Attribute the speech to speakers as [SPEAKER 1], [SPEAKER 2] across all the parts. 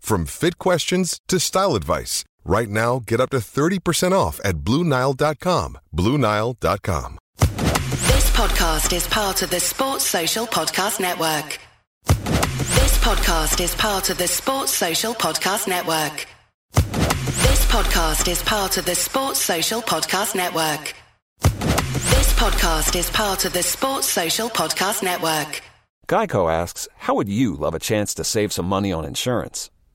[SPEAKER 1] from fit questions to style advice. Right now, get up to 30% off at BlueNile.com. BlueNile.com.
[SPEAKER 2] This podcast is part of the Sports Social Podcast Network. This podcast is part of the Sports Social Podcast Network. This podcast is part of the Sports Social Podcast Network. This podcast is part of the Sports Social Podcast Network.
[SPEAKER 3] Geico asks, How would you love a chance to save some money on insurance?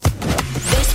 [SPEAKER 2] This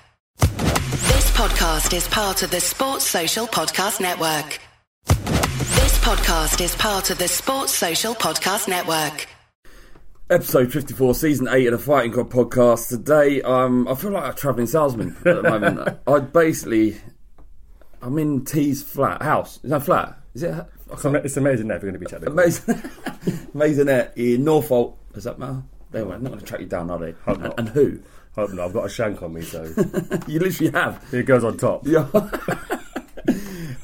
[SPEAKER 2] This podcast is part of the Sports Social Podcast Network. This podcast is part of the Sports Social Podcast Network.
[SPEAKER 4] Episode 54, Season 8 of the Fighting God podcast. Today, um, I feel like a travelling salesman at the moment. I basically, I'm in T's flat, house. Is that flat? Is it? I
[SPEAKER 5] It's, ama- it's amazing that we're going to be technical.
[SPEAKER 4] Amazing. Amazing in Norfolk. Does that matter? They were not going to track you down, are they?
[SPEAKER 5] Hope
[SPEAKER 4] And,
[SPEAKER 5] not.
[SPEAKER 4] and who?
[SPEAKER 5] Hope not. I've got a shank on me, so
[SPEAKER 4] You literally have.
[SPEAKER 5] it goes on top.
[SPEAKER 4] Yeah.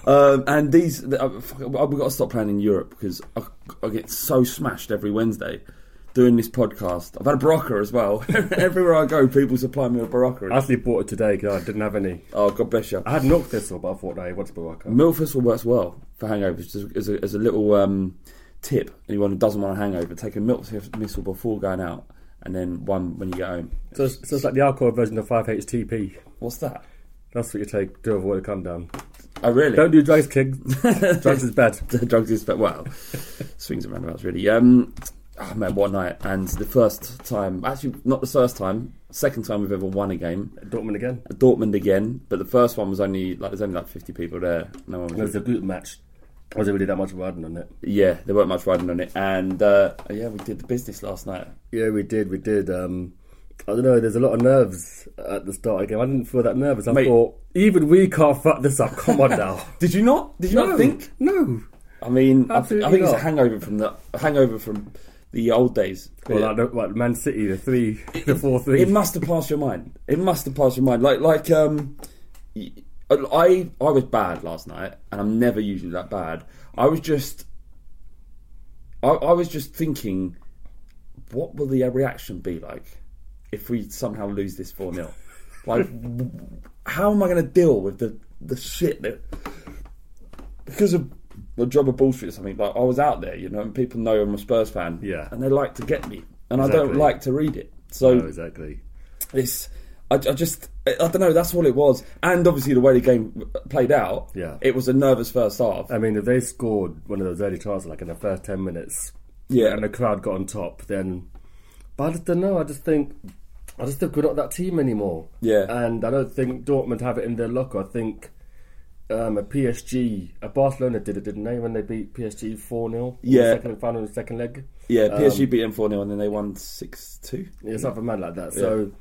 [SPEAKER 4] um, and these, uh, fuck, we've got to stop playing in Europe because I, I get so smashed every Wednesday doing this podcast. I've had a Barocca as well. Everywhere I go, people supply me with Barocca.
[SPEAKER 5] I actually bought it today because I didn't have any.
[SPEAKER 4] oh, God bless you.
[SPEAKER 5] I had milk thistle, but I thought, no, it wants Baraka.
[SPEAKER 4] Milk thistle works well for hangovers. Just as a, as a little um, tip, anyone who doesn't want a hangover, take a milk thistle before going out and then one when you get home.
[SPEAKER 5] So, it's- so it's like the alcohol version of 5-HTP.
[SPEAKER 4] What's that?
[SPEAKER 5] That's what you take to avoid a countdown.
[SPEAKER 4] Oh, really?
[SPEAKER 5] Don't do drugs, kid. drugs is bad.
[SPEAKER 4] drugs is but well swings and roundabouts really um oh man, what a night! And the first time, actually not the first time, second time we've ever won a game.
[SPEAKER 5] Dortmund again.
[SPEAKER 4] Dortmund again, but the first one was only like there's only like 50 people there. No one
[SPEAKER 5] It was
[SPEAKER 4] was.
[SPEAKER 5] a group match. Wasn't really that much riding on it.
[SPEAKER 4] Yeah, there weren't much riding on it, and uh, yeah, we did the business last night.
[SPEAKER 5] Yeah, we did. We did. Um, I don't know. There's a lot of nerves at the start of the game. I didn't feel that nervous. I
[SPEAKER 4] Mate.
[SPEAKER 5] thought even we can't fuck this up. Come on now.
[SPEAKER 4] Did you not? Did you not think?
[SPEAKER 5] No.
[SPEAKER 4] I mean, I, th- I
[SPEAKER 5] Absolutely
[SPEAKER 4] think
[SPEAKER 5] not.
[SPEAKER 4] it's a hangover from the a hangover from the old days.
[SPEAKER 5] Well,
[SPEAKER 4] Yeah.
[SPEAKER 5] like, the- like Man City, the three, the four three.
[SPEAKER 4] it must have passed your mind. It must have passed your mind. Like like um, y- I I was bad last night, and I'm never usually that bad. I was just, I, I was just thinking, what will the reaction be like if we somehow lose this four 0 Like, w- how am I going to deal with the the shit that because of the job of bullshit or something? Like I was out there, you know, and people know I'm a Spurs fan,
[SPEAKER 5] Yeah.
[SPEAKER 4] and they like to get me, and I don't
[SPEAKER 5] Exactly.
[SPEAKER 4] like to read it. So
[SPEAKER 5] No, exactly.
[SPEAKER 4] this I, I just I don't know that's all it was and obviously the way the game played out
[SPEAKER 5] Yeah.
[SPEAKER 4] it was a nervous first half
[SPEAKER 5] I mean, if they scored one of those early chances, like in the first ten minutes,
[SPEAKER 4] Yeah.
[SPEAKER 5] and the crowd got on top, then. But I just don't know. I just think, I just think we're not that team anymore.
[SPEAKER 4] Yeah.
[SPEAKER 5] and I don't think Dortmund have it in their locker. I think. Um, a PSG, a Barcelona did it, didn't they? When they beat PSG four 0
[SPEAKER 4] Yeah.
[SPEAKER 5] second final, in the second leg.
[SPEAKER 4] yeah PSG beat them 4-0 and then they won 6-2
[SPEAKER 5] Yeah, something mad like that. So,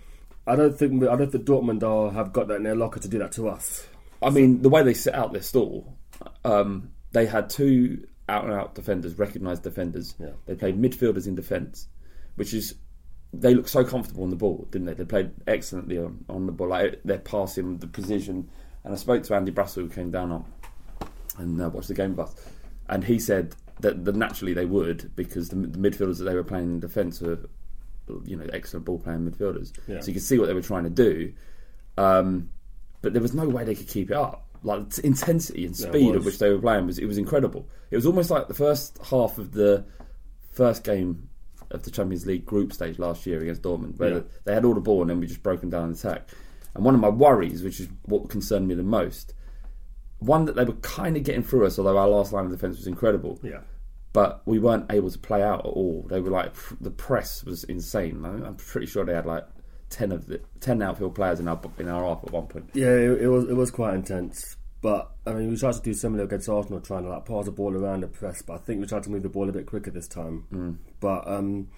[SPEAKER 5] I don't think we, I don't think Dortmund are, have got that in their locker to do that to us.
[SPEAKER 4] I mean the way they set out their stall um, they had two out and out defenders recognised defenders
[SPEAKER 5] Yeah.
[SPEAKER 4] they played midfielders in defence which is they looked so comfortable on the ball didn't they they played excellently on, on the ball like their passing the precision and I spoke to Andy Brassel who came down on and uh, watched the game with us. And he said that, that naturally they would because the, the midfielders that they were playing in defence were, you know, excellent ball playing midfielders.
[SPEAKER 5] Yeah.
[SPEAKER 4] So you could see what they were trying to do, um, but there was no way they could keep it up. Like the intensity and
[SPEAKER 5] it
[SPEAKER 4] speed at
[SPEAKER 5] was.
[SPEAKER 4] which they were playing was it was incredible. It was almost like the first half of the first game of the Champions League group stage last year against Dortmund, where
[SPEAKER 5] Yeah.
[SPEAKER 4] they had all the ball and then we just broke them down and attack. And one of my worries, which is what concerned me the most, one that they were kind of getting through us, although our last line of defence was incredible.
[SPEAKER 5] Yeah.
[SPEAKER 4] But we weren't able to play out at all. They were like the press was insane. I mean, I'm pretty sure they had like ten of the ten outfield players in our in our half at one point.
[SPEAKER 5] Yeah, it, it was it was quite intense. But I mean, we tried to do similar against Arsenal, trying to like pass the ball around the press. But I think we tried to move the ball a bit quicker this time. But um,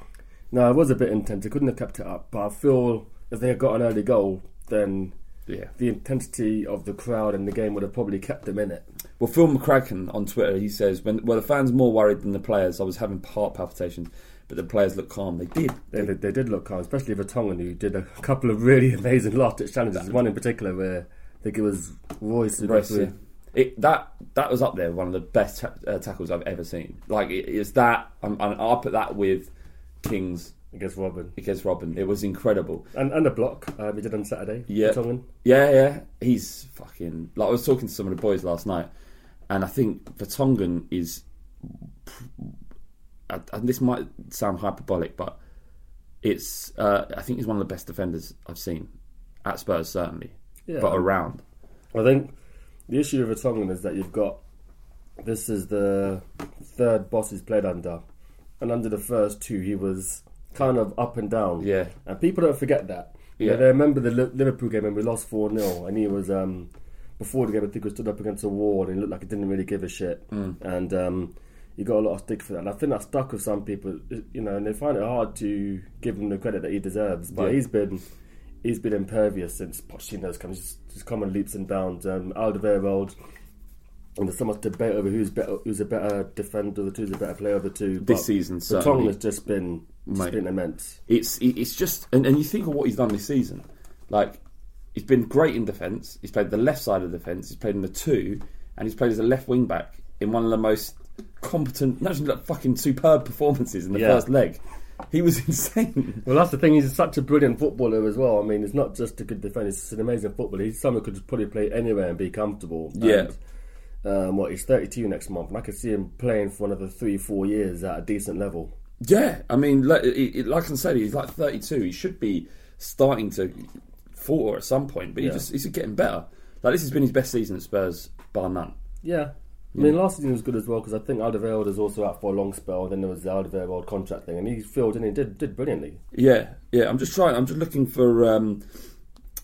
[SPEAKER 5] no, it was a bit intense. They couldn't have kept it up. But I feel if they had got an early goal, then
[SPEAKER 4] Yeah.
[SPEAKER 5] the intensity of the crowd and the game would have probably kept them in it.
[SPEAKER 4] Well, Phil McCracken on Twitter, he says, "When were the fans more worried than the players? I was having heart palpitations, but the players looked calm. They did.
[SPEAKER 5] They, they, they did look calm, especially Vertonghen, who did a couple of really amazing last-ditch challenges. One in particular where I think it was Royce who got
[SPEAKER 4] Royce,
[SPEAKER 5] through.
[SPEAKER 4] yeah. It, that that was up there, one of the best ta- uh, tackles I've ever seen. Like it, it's that, and and I'll put that with Kings
[SPEAKER 5] against Robin.
[SPEAKER 4] against Robin. It was incredible.
[SPEAKER 5] And, and a block uh, we did on Saturday.
[SPEAKER 4] Yeah.
[SPEAKER 5] Vertonghen.
[SPEAKER 4] Yeah, yeah. He's fucking. Like, I was talking to some of the boys last night, and I think Vertonghen is. And this might sound hyperbolic, but it's. Uh, I think he's one of the best defenders I've seen at Spurs, certainly,
[SPEAKER 5] Yeah.
[SPEAKER 4] but around.
[SPEAKER 5] I think the issue with Vertonghen is that you've got this is the third boss he's played under, and under the first two he was kind of up and down.
[SPEAKER 4] Yeah.
[SPEAKER 5] and people don't forget that. You know,
[SPEAKER 4] Yeah.
[SPEAKER 5] they remember the Li- Liverpool game and we lost four 0 and he was um, before the game I think he stood up against a wall and he looked like he didn't really give a shit,
[SPEAKER 4] Mm.
[SPEAKER 5] and um, he got a lot of stick for that. And I think that stuck with some people, you know, and they find it hard to give him the credit that he deserves. But
[SPEAKER 4] Yeah.
[SPEAKER 5] he's been he's been impervious since Pochettino's come. He's just come on leaps and bounds. Um, Alderweireld, and there's so much debate over who's better, who's a better defender, the two's a better player of the two.
[SPEAKER 4] This season,
[SPEAKER 5] the
[SPEAKER 4] certainly.
[SPEAKER 5] has just been just
[SPEAKER 4] Mate.
[SPEAKER 5] been immense.
[SPEAKER 4] It's it- it's just and, and you think of what he's done this season, like he's been great in defence. He's played the left side of defence. He's played in the two, and he's played as a left wing back in one of the most competent, not just like fucking superb performances in the
[SPEAKER 5] Yeah.
[SPEAKER 4] first leg. He was insane.
[SPEAKER 5] Well, that's the thing. He's such a brilliant footballer as well. I mean, it's not just a good defender; it's an amazing footballer. He's someone who could probably play anywhere and be comfortable.
[SPEAKER 4] Yeah.
[SPEAKER 5] And, um, what he's 32 next month, and I could see him playing for another three, four years at a decent level.
[SPEAKER 4] yeah, I mean, like, it- it- like I said, he's like thirty-two. He should be starting to falter at some point, but he just he's getting better. Like this has been his best season at Spurs, bar none.
[SPEAKER 5] Yeah, I mean, last season was good as well because I think Alderweireld is also out for a long spell. Then there was the Alderweireld contract thing, and he filled in and did did brilliantly.
[SPEAKER 4] Yeah, yeah. I'm just trying. I'm just looking for um,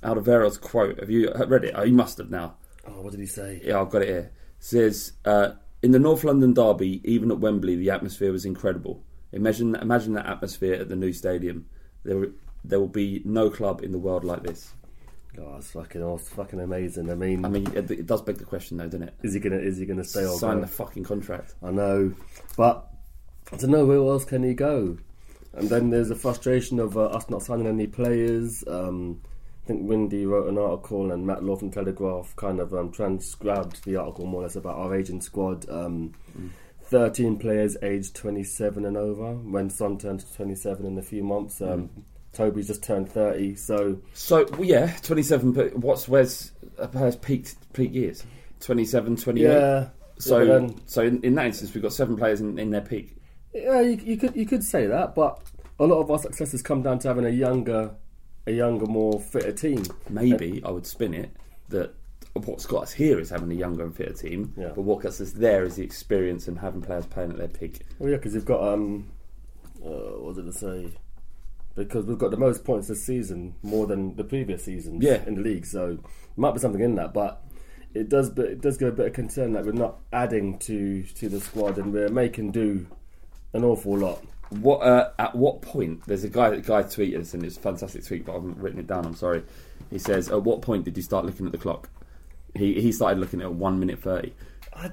[SPEAKER 4] Alderweireld's quote. Have you read it? Oh, you must have now.
[SPEAKER 5] Oh, what did he say?
[SPEAKER 4] Yeah, I've got it here. It says uh, in the North London derby, even at Wembley, the atmosphere was incredible. Imagine imagine that atmosphere at the new stadium. There there will be no club in the world like this.
[SPEAKER 5] God, it's fucking awesome, fucking amazing. I mean,
[SPEAKER 4] I mean, it, it does beg the question, though, doesn't it?
[SPEAKER 5] is he gonna is he gonna stay or
[SPEAKER 4] Sign
[SPEAKER 5] go?
[SPEAKER 4] the fucking contract.
[SPEAKER 5] I know, but I don't know where else can he go. And then there's the frustration of uh, us not signing any players. Um, I think Windy wrote an article, and Matt Law from Telegraph kind of um, transcribed the article more or less about our agent squad. Um,
[SPEAKER 4] Mm.
[SPEAKER 5] 13 players aged 27 and over. When Son turns 27 in a few months, um,
[SPEAKER 4] Mm.
[SPEAKER 5] Toby's just turned 30. So
[SPEAKER 4] So well, yeah, 27. But what's where's where's peak peak years? 27, 28.
[SPEAKER 5] yeah,
[SPEAKER 4] So
[SPEAKER 5] yeah, but then-
[SPEAKER 4] so in, in that instance, we've got seven players in, in their peak.
[SPEAKER 5] Yeah, you, you could you could say that, but a lot of our success has come down to having a younger, a younger, more fitter team.
[SPEAKER 4] Maybe I would spin it that what's got us here is having a younger and fitter team,
[SPEAKER 5] Yeah.
[SPEAKER 4] but what gets us there is the experience and having players playing at their peak.
[SPEAKER 5] Well, Oh, yeah, because you've got um, uh, what did I say? Because we've got the most points this season, more than the previous seasons
[SPEAKER 4] Yeah.
[SPEAKER 5] in the league. So might be something in that, but it does but it does give a bit of concern that we're not adding to to the squad and we're making do an awful lot.
[SPEAKER 4] What uh, at what point? There's a guy that guy tweeted this, and it's a fantastic tweet, but I haven't written it down. I'm sorry. He says, "At what point did you start looking at the clock?" He he started looking at one minute thirty.
[SPEAKER 5] I,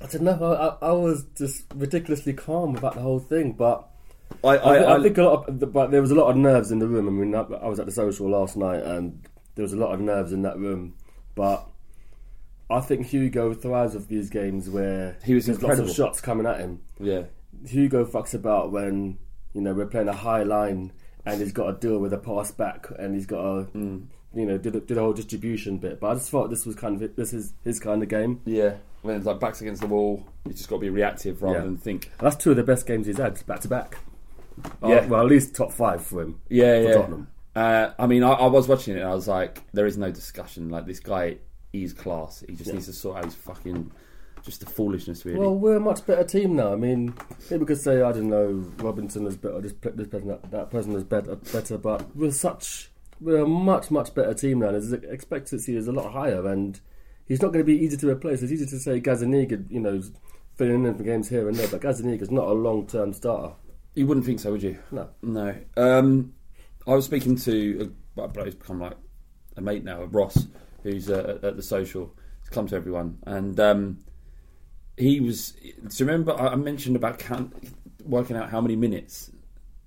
[SPEAKER 5] I don't know. I, I, I was just ridiculously calm about the whole thing, but.
[SPEAKER 4] I
[SPEAKER 5] I, thi-
[SPEAKER 4] I,
[SPEAKER 5] I think a lot, of, but there was a lot of nerves in the room. I mean, I, I was at the social last night, and there was a lot of nerves in that room. But I think Hugo thrives of these games where
[SPEAKER 4] He was
[SPEAKER 5] there's lots
[SPEAKER 4] incredible.
[SPEAKER 5] of shots coming at him.
[SPEAKER 4] yeah.
[SPEAKER 5] Hugo fucks about when you know we're playing a high line, and he's got to deal with a pass back, and he's got to
[SPEAKER 4] Mm.
[SPEAKER 5] you know do the, do the whole distribution bit. But I just thought this was kind of this is his kind of game.
[SPEAKER 4] Yeah, when it's like backs against the wall, you just got to be reactive rather
[SPEAKER 5] Yeah.
[SPEAKER 4] than think.
[SPEAKER 5] And that's two of the best games he's had back to back.
[SPEAKER 4] Yeah.
[SPEAKER 5] Yeah, well, at least top five for him.
[SPEAKER 4] Yeah,
[SPEAKER 5] for
[SPEAKER 4] yeah.
[SPEAKER 5] Tottenham.
[SPEAKER 4] Uh, I mean, I, I was watching it and I was like, there is no discussion. Like this guy, he's class. He just needs to sort out his fucking just the foolishness, really.
[SPEAKER 5] Well, we're a much better team now. I mean, people could say, I don't know, Robinson is better, this, pe- this person, that, that person is better, better, but we're such, we're a much, much better team now. His expectancy is a lot higher, and he's not going to be easy to replace. It's easy to say Gazaniga, you know, filling in for games here and there, but Gazaniga's not a long term starter.
[SPEAKER 4] you wouldn't think so, would you?
[SPEAKER 5] No.
[SPEAKER 4] no. Um, I was speaking to a bloke who's become like a mate now, Ross, who's uh, at the social. He's come to everyone, and um, he was. Do you remember I I mentioned about count, working out how many minutes?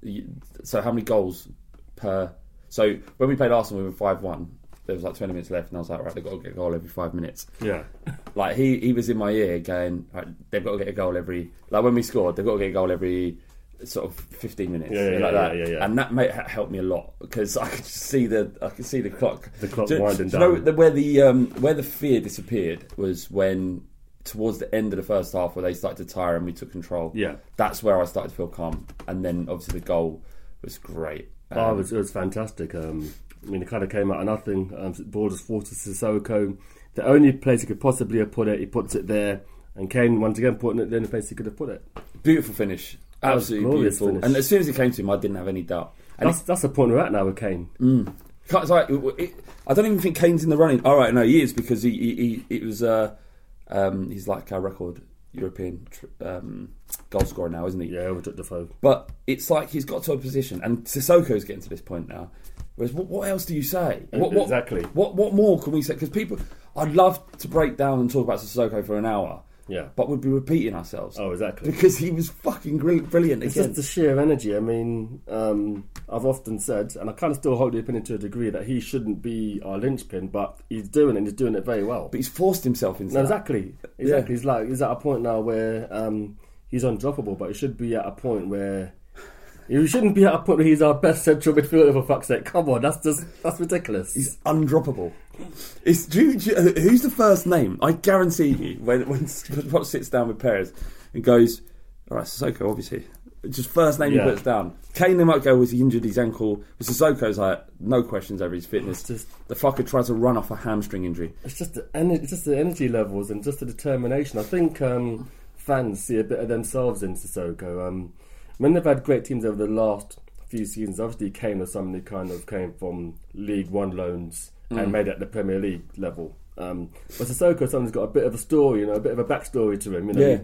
[SPEAKER 4] you- So how many goals per? So when we played Arsenal, we were five one. There was like twenty minutes left, and I was like, right, they've got to get a goal every five minutes.
[SPEAKER 5] Yeah.
[SPEAKER 4] Like he, he was in my ear going, right, they've got to get a goal every like when we scored, they've got to get a goal every sort of fifteen minutes,
[SPEAKER 5] Yeah, yeah,
[SPEAKER 4] like
[SPEAKER 5] yeah,
[SPEAKER 4] that.
[SPEAKER 5] yeah, yeah.
[SPEAKER 4] And that mate ha- helped me a lot because I could see the I could see the clock,
[SPEAKER 5] The clock
[SPEAKER 4] Do you-
[SPEAKER 5] winding
[SPEAKER 4] do you know
[SPEAKER 5] down.
[SPEAKER 4] the- where the um, where the fear disappeared was when towards the end of the first half where they started to tire and we took control.
[SPEAKER 5] Yeah.
[SPEAKER 4] that's where I started to feel calm, and then obviously the goal was great. Um,
[SPEAKER 5] Oh, it was, it was fantastic. Um, I mean, it kind of came out of nothing. Um, ball just forced to Sissoko. The only place he could possibly have put it, he puts it there. And Kane, once again, putting it the only place he could have put it.
[SPEAKER 4] beautiful finish,
[SPEAKER 5] was
[SPEAKER 4] absolutely
[SPEAKER 5] glorious
[SPEAKER 4] beautiful.
[SPEAKER 5] finish.
[SPEAKER 4] And as soon as it came to him, I didn't have any doubt. And Mm.
[SPEAKER 5] That's, that's the point we're at now with Kane.
[SPEAKER 4] Can't- it's like, it- it- I don't even think Kane's in the running. All right, no, he is because he, he, he it was uh, um, he's like our record European tr- um, goal scorer now, isn't he?
[SPEAKER 5] Yeah, overtook Defoe.
[SPEAKER 4] But it's like he's got to a position, and Sissoko's getting to this point now. Whereas, what, what else do you say? What, what,
[SPEAKER 5] E, Exactly.
[SPEAKER 4] What what more can we say? Because people, I'd love to break down and talk about Sissoko for an hour.
[SPEAKER 5] Yeah.
[SPEAKER 4] But we'd be repeating ourselves.
[SPEAKER 5] Oh, exactly.
[SPEAKER 4] Because he was fucking gr- brilliant
[SPEAKER 5] It's
[SPEAKER 4] again.
[SPEAKER 5] just the sheer energy. I mean, um, I've often said, and I kind of still hold the opinion to a degree, that he shouldn't be our linchpin, but he's doing it and he's doing it very well.
[SPEAKER 4] but he's forced himself into
[SPEAKER 5] No,
[SPEAKER 4] that.
[SPEAKER 5] exactly. Exactly. He's like he's at a point now where um, he's undroppable, but he should be at a point where he shouldn't be at a point where he's our best central midfielder for fuck's sake. Come on, that's just that's ridiculous.
[SPEAKER 4] He's undroppable. It's do you- do you- who's the first name? I guarantee you, when when Scott sits down with Perez and goes, all right, Sissoko, obviously. Just first name
[SPEAKER 5] Yeah.
[SPEAKER 4] he puts down. Kane, they might go, was he injured his ankle? But Sissoko's like, no questions over his fitness.
[SPEAKER 5] just-
[SPEAKER 4] the fucker tried to run off a hamstring injury.
[SPEAKER 5] It's just the ener- it's just the energy levels and just the determination. I think um, fans see a bit of themselves in Sissoko. Um, when they've had great teams over the last few seasons, obviously Kane was someone who kind of came from League One loans and made it at the Premier League level. Um, but Sissoko, is someone who's got a bit of a story, you know, a bit of a backstory to him. You know,
[SPEAKER 4] Yeah.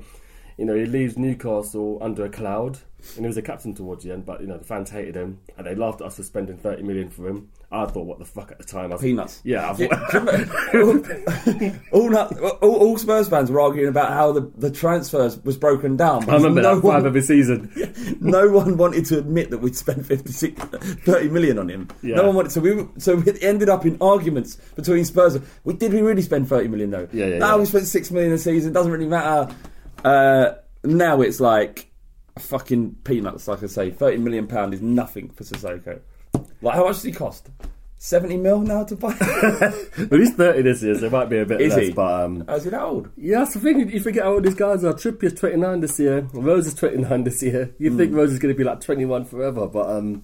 [SPEAKER 5] you know, he leaves Newcastle under a cloud, and he was a captain towards the end. But you know, the fans hated him, and they laughed at us for spending thirty million for him. I thought, what the fuck at the time? I was-
[SPEAKER 4] Peanuts.
[SPEAKER 5] Yeah, I
[SPEAKER 4] Yeah,
[SPEAKER 5] thought,
[SPEAKER 4] do you remember- all, nut- all, all Spurs fans were arguing about how the, the transfers was broken down.
[SPEAKER 5] I remember
[SPEAKER 4] no
[SPEAKER 5] that
[SPEAKER 4] one,
[SPEAKER 5] five every season.
[SPEAKER 4] no one wanted to admit that we'd spent 56, 30 million on him.
[SPEAKER 5] Yeah.
[SPEAKER 4] No one wanted. So we so it ended up in arguments between Spurs. We did we really spend thirty million though?
[SPEAKER 5] Yeah, yeah,
[SPEAKER 4] No,
[SPEAKER 5] yeah.
[SPEAKER 4] we spent six million a season. Doesn't really matter. Uh, now it's like fucking peanuts. Like I say, thirty million pound is nothing for Sissoko. Like how much does he cost? Seventy mil now to buy.
[SPEAKER 5] But he's 30 this year, so it might be a bit
[SPEAKER 4] Is
[SPEAKER 5] less.
[SPEAKER 4] he? Oh,
[SPEAKER 5] But um,
[SPEAKER 4] Is he that old?
[SPEAKER 5] yeah, that's the thing. You forget how old these guys are. Trippier's 29 this year. Rose is 29 this year.
[SPEAKER 4] Hmm.
[SPEAKER 5] You think Rose is going to be like 21 forever. But um,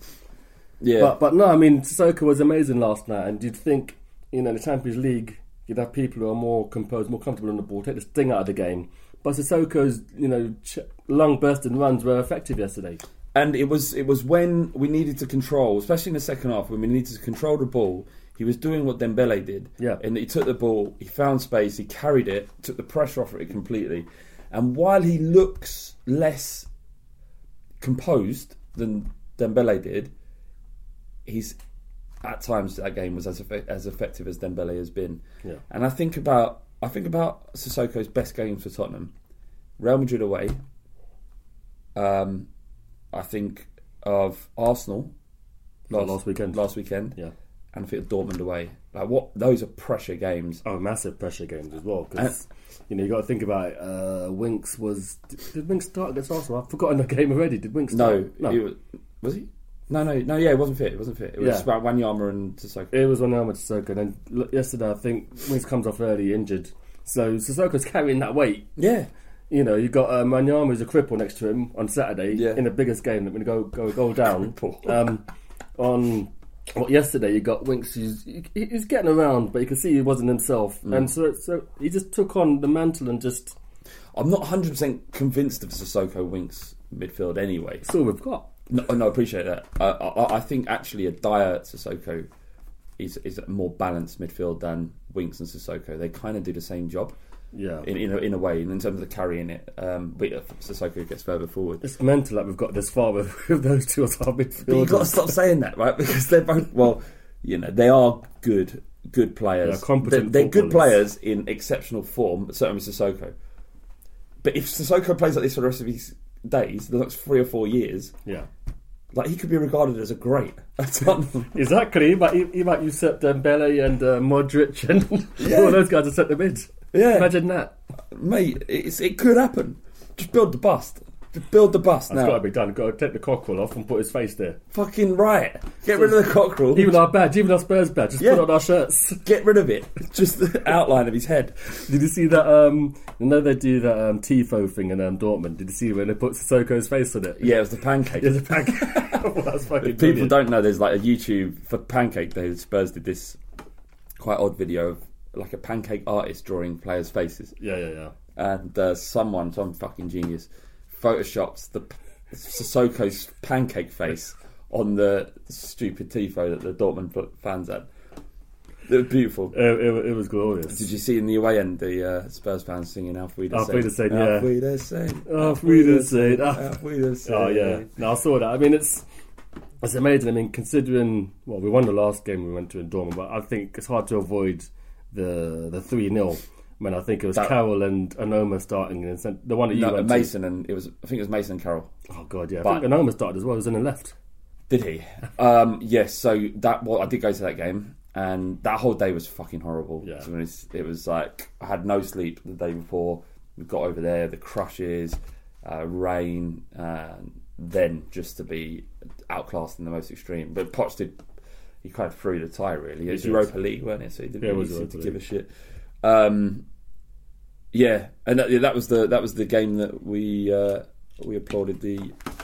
[SPEAKER 4] Yeah.
[SPEAKER 5] but but no, I mean, Sissoko was amazing last night. And you'd think, you know, in the Champions League, you'd have people who are more composed, more comfortable on the ball, take the sting out of the game. But Sissoko's, you know, ch- long bursts and runs were effective yesterday.
[SPEAKER 4] and it was it was when we needed to control, especially in the second half, when we needed to control the ball. He was doing what Dembele did,
[SPEAKER 5] Yeah.
[SPEAKER 4] and he took the ball, he found space, he carried it, took the pressure off it completely. And while he looks less composed than Dembele did, he's at times that game was as effect, as effective as Dembele has been.
[SPEAKER 5] Yeah.
[SPEAKER 4] And I think about I think about Sissoko's best games for Tottenham, Real Madrid away. Um, I think of Arsenal
[SPEAKER 5] Oh, Last weekend.
[SPEAKER 4] last weekend,
[SPEAKER 5] Yeah.
[SPEAKER 4] and I think of Dortmund away. Like what? Those are pressure games.
[SPEAKER 5] Oh, massive pressure games as well
[SPEAKER 4] Uh,
[SPEAKER 5] because you know you got to think about it. Uh, Winks was did, did Winks start against Arsenal? I've forgotten the game already. Did Winks?
[SPEAKER 4] No,
[SPEAKER 5] start? no,
[SPEAKER 4] It was, was he? No, no, no. Yeah, it wasn't fit. It wasn't fit. It was
[SPEAKER 5] Yeah.
[SPEAKER 4] just about Wanyama and Sissoko.
[SPEAKER 5] It was on Ahmed Sissoko. And then l- yesterday, I think Winks comes off early injured, so Sissoko's carrying that weight.
[SPEAKER 4] yeah,
[SPEAKER 5] You know, you got uh, Manyama who's a cripple next to him on Saturday
[SPEAKER 4] Yeah.
[SPEAKER 5] in the biggest game that we're going to go go goal down. um, on well, yesterday, you got Winks who's he, he's getting around, but you can see he wasn't himself,
[SPEAKER 4] Mm.
[SPEAKER 5] and so so he just took on the mantle and just
[SPEAKER 4] I'm not 100 percent convinced of Sissoko Winks midfield anyway.
[SPEAKER 5] that's all we've got.
[SPEAKER 4] No, oh, no, I appreciate that. I, I, I think actually a Dyer Sissoko is is a more balanced midfield than Winks and Sissoko. They kind of do the same job.
[SPEAKER 5] Yeah.
[SPEAKER 4] In, in, a, in a way, and in terms of the carrying it, um, but yeah, Sissoko gets further forward.
[SPEAKER 5] It's mental that we've got this far with, with those two as our
[SPEAKER 4] But you've got to
[SPEAKER 5] midfielders.
[SPEAKER 4] stop saying that, right? Because they're both well, you know, they are good, good players.
[SPEAKER 5] They're competent
[SPEAKER 4] They're, they're good
[SPEAKER 5] footballers.
[SPEAKER 4] players in exceptional form, certainly Sissoko. But if Sissoko plays like this for the rest of his days, the next three or four years,
[SPEAKER 5] Yeah,
[SPEAKER 4] like he could be regarded as a great. That's what-
[SPEAKER 5] exactly. He might, he, he might usurp Dembele and uh, Modric and all those guys to set the mid.
[SPEAKER 4] Yeah.
[SPEAKER 5] imagine that.
[SPEAKER 4] mate, it's, it could happen. Just build the bust. Just build the bust
[SPEAKER 5] It's got
[SPEAKER 4] now.
[SPEAKER 5] to be done. Got to take the cockerel off and put his face there.
[SPEAKER 4] Fucking right. Get rid of the cockerel.
[SPEAKER 5] Even our badge, even our Spurs badge, just
[SPEAKER 4] Yeah.
[SPEAKER 5] put it on our shirts.
[SPEAKER 4] Get rid of it. Just the outline of his head.
[SPEAKER 5] Did you see that? Um, you know they do that um, tifo thing in um, Dortmund. Did you see where they put Sissoko's face on it?
[SPEAKER 4] Yeah, it was the pancake.
[SPEAKER 5] There's a pack. well, that's fucking
[SPEAKER 4] If people
[SPEAKER 5] brilliant.
[SPEAKER 4] don't know, there's like a YouTube for Pancake Day. Spurs did this quite odd video of like a pancake artist drawing players' faces,
[SPEAKER 5] Yeah, yeah, yeah.
[SPEAKER 4] and uh, someone, some fucking genius, photoshops the p- Sissoko's pancake face on the stupid tifo that the Dortmund f- fans had. It was beautiful.
[SPEAKER 5] It, it, it was glorious.
[SPEAKER 4] Did you see in the away end the uh, Spurs fans singing Auf Wiedersehen?
[SPEAKER 5] Auf Wiedersehen, yeah.
[SPEAKER 4] Auf Wiedersehen.
[SPEAKER 5] Auf Wiedersehen.
[SPEAKER 4] Auf Wiedersehen.
[SPEAKER 5] Oh yeah, no, I saw that. I mean, it's it's amazing. I mean, considering well, we won the last game we went to in Dortmund, but I think it's hard to avoid the the three 0 When I think it was
[SPEAKER 4] That-
[SPEAKER 5] Carroll and Anoma starting, and sent- the one that you
[SPEAKER 4] No,
[SPEAKER 5] went
[SPEAKER 4] Mason and it was. I think it was Mason and Carroll.
[SPEAKER 5] To. Oh god, yeah, I
[SPEAKER 4] But-
[SPEAKER 5] think Anoma started as well. He was in the left.
[SPEAKER 4] Did he? Um, yes. So that well, I did go to that game, and that whole day was fucking horrible.
[SPEAKER 5] Yeah.
[SPEAKER 4] To be honest, it was like I had no sleep the day before. We got over there, the crushes, uh, rain, uh, then just to be outclassed in the most extreme. But Potts did. He kind of threw the tie really. It was
[SPEAKER 5] did.
[SPEAKER 4] Europa League, weren't it? So he didn't
[SPEAKER 5] Yeah, it
[SPEAKER 4] really
[SPEAKER 5] was
[SPEAKER 4] seem
[SPEAKER 5] Europa
[SPEAKER 4] to give a shit. Um, yeah, and that, yeah, that was the that was the game that we uh, we applauded the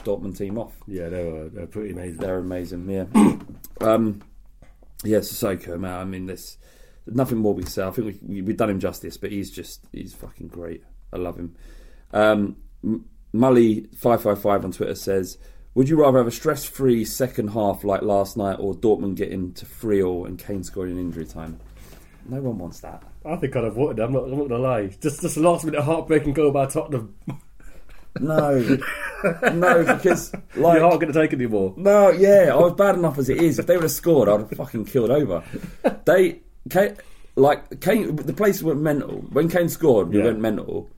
[SPEAKER 4] Dortmund team off.
[SPEAKER 5] Yeah, they were they're pretty amazing.
[SPEAKER 4] They're amazing, yeah. um, yeah, Sissoko, man. I mean, this nothing more we can say. I think we, we we've done him justice, but he's just he's fucking great. I love him. Um, M- Mully five five five on Twitter says, "Would you rather have a stress-free second half like last night, or Dortmund getting to three all and Kane scoring in injury time?" No one wants that.
[SPEAKER 5] I think I'd have wanted. I'm not. I'm not gonna lie. Just just a last minute heartbreaking goal by Tottenham.
[SPEAKER 4] No, no, because like
[SPEAKER 5] You're not gonna take anymore.
[SPEAKER 4] No, yeah, I was bad enough as it is. If they would have scored, I'd have fucking killed over. They, Kane, like Kane, the place went mental. When Kane scored, we
[SPEAKER 5] Yeah.
[SPEAKER 4] went mental.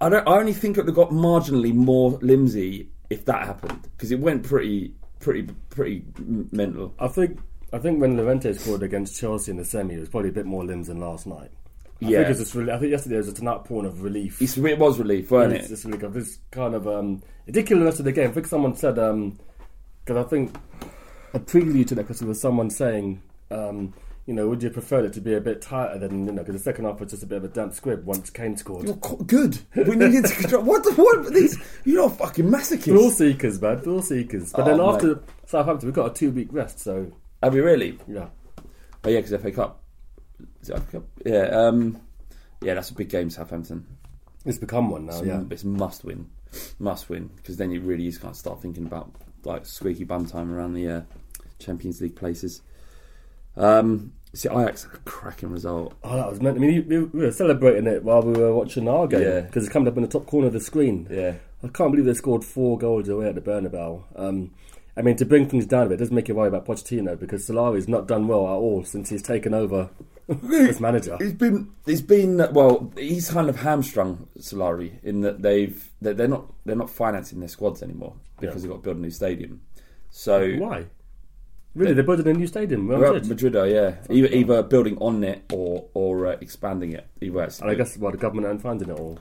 [SPEAKER 4] I don't. I only think it would have got marginally more limsy if that happened because it went pretty, pretty, pretty m- mental.
[SPEAKER 5] I think I think when Lorente scored against Chelsea in the semi, it was probably a bit more limbs than last night. I
[SPEAKER 4] Yeah.
[SPEAKER 5] think it's just really, I think yesterday was just an outpouring of relief.
[SPEAKER 4] It's, it was relief, weren't
[SPEAKER 5] It's
[SPEAKER 4] it?
[SPEAKER 5] just really, this kind of um, it did kill the rest of the game. I think someone said because I think a prelude to that question was someone saying, um, you know, would you prefer it to be a bit tighter than you know? Because the second half was just a bit of a damp squib once Kane scored.
[SPEAKER 4] You're co- Good. We needed to control. What? the- What? These? You're not fucking
[SPEAKER 5] Thrill
[SPEAKER 4] masochists.
[SPEAKER 5] seekers, man, thrill seekers. But
[SPEAKER 4] Oh,
[SPEAKER 5] then
[SPEAKER 4] mate.
[SPEAKER 5] after Southampton, we got a two week rest, so
[SPEAKER 4] Have you really?
[SPEAKER 5] yeah.
[SPEAKER 4] Oh yeah, because FA Cup. Is it FA Cup? Yeah, um, yeah, that's a big game, Southampton.
[SPEAKER 5] It's become one now,
[SPEAKER 4] It's,
[SPEAKER 5] yeah.
[SPEAKER 4] it's must win, must win, because then you really just can't start thinking about like squeaky bum time around the uh, Champions League places. Um, see, Ajax had a cracking result.
[SPEAKER 5] Oh, that was meant. I mean, we we were celebrating it while we were watching our game
[SPEAKER 4] Yeah.
[SPEAKER 5] because it's coming up in the top corner of the screen.
[SPEAKER 4] Yeah.
[SPEAKER 5] I can't believe they scored four goals away at the Bernabeu. Um, I mean, to bring things down a bit, it does make you worry about Pochettino because Solari's not done well at all since he's taken over as manager.
[SPEAKER 4] He's been, he's been. Well, he's kind of hamstrung Solari in that they've they're, they're not they're not financing their squads anymore because they've got to build a new stadium. So
[SPEAKER 5] Why? Really, they're building a new stadium. Real
[SPEAKER 4] Well,
[SPEAKER 5] Madrid.
[SPEAKER 4] Madrid, are, yeah, either, either building on it or or uh, expanding it. Either way, it's-
[SPEAKER 5] And I guess well, the government aren't funding it all.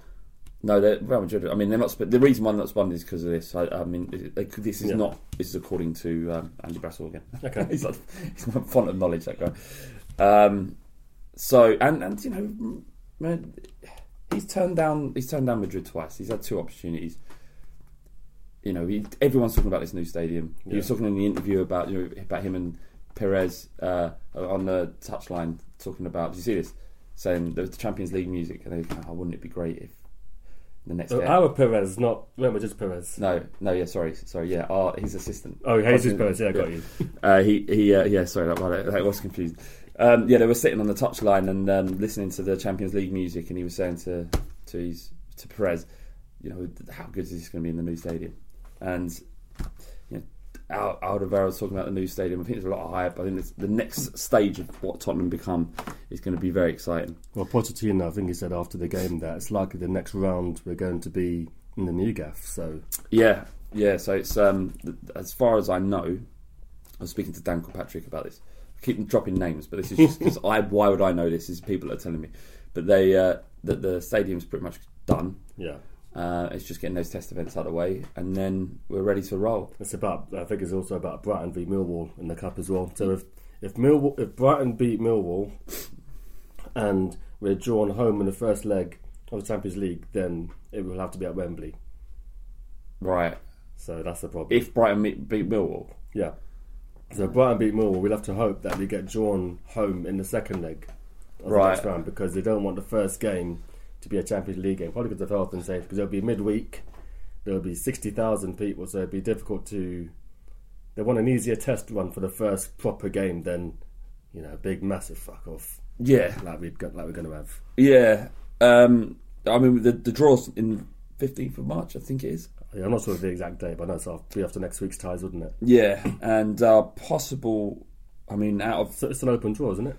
[SPEAKER 4] no, they're, Real Madrid. I mean, they're not. sp- The reason why they're not spending is because of this. I, I mean, it- it- this is
[SPEAKER 5] Yeah.
[SPEAKER 4] not. This is according to um, Andy Brassel again.
[SPEAKER 5] Okay.
[SPEAKER 4] he's not. He's not font of knowledge that guy. Um, so and and you know, m- man, he's turned down. He's turned down Madrid twice. He's had two opportunities. You know, he, everyone's talking about this new stadium. He was talking in the interview about you know, about him and Perez uh, on the touchline talking about. Did you see this? Saying there was the Champions League music, and they were like, "Oh, wouldn't it be great if the next day?"
[SPEAKER 5] Our Perez, not Real Madrid's Perez.
[SPEAKER 4] No, no, yeah, sorry, sorry, yeah, our, his assistant.
[SPEAKER 5] Oh, Jesus Perez, yeah, I got you.
[SPEAKER 4] Uh, he, he, uh, yeah, sorry, that, that, that was confusing. Um, yeah, they were sitting on the touchline and um, listening to the Champions League music, and he was saying to to his, to Perez, you know, how good is this going to be in the new stadium? And you know, Al- Alderweireld was talking about the new stadium. I think it's a lot higher, but I think it's the next stage of what Tottenham become is going to be very exciting.
[SPEAKER 5] Well, Pochettino, I think he said after the game that it's likely the next round we're going to be in the new gaff. So
[SPEAKER 4] Yeah, yeah. So it's um, th- as far as I know, I was speaking to Dan Kilpatrick about this. I keep dropping names, but this is just because I. Why would I know this? Is people are telling me, but they uh, that the stadium's pretty much done.
[SPEAKER 5] yeah,
[SPEAKER 4] Uh, it's just getting those test events out of the way, and then we're ready to roll.
[SPEAKER 5] it's about. I think it's also about Brighton v Millwall in the cup as well. So if if Millwall, if Brighton beat Millwall, and we're drawn home in the first leg of the Champions League, then it will have to be at Wembley.
[SPEAKER 4] Right.
[SPEAKER 5] So that's the problem.
[SPEAKER 4] If Brighton meet, beat Millwall,
[SPEAKER 5] yeah. So if Brighton beat Millwall. We'll have to hope that we get drawn home in the second leg of the
[SPEAKER 4] Right.
[SPEAKER 5] next round because they don't want the first game to be a Champions League game, probably because of health and safety. Because it'll be midweek, there'll be sixty thousand people, so it'd be difficult to. They want an easier test run for the first proper game than, you know, a big massive fuck off
[SPEAKER 4] yeah,
[SPEAKER 5] like we'd got, like we're going to have.
[SPEAKER 4] yeah. Um, I mean, the the draws in fifteenth of March, I think it is.
[SPEAKER 5] Yeah, I'm not sure of the exact date, but I know it's off, be after next week's ties, wouldn't it?
[SPEAKER 4] Yeah, and uh, possible. I mean, out of
[SPEAKER 5] So it's an open draw, isn't it?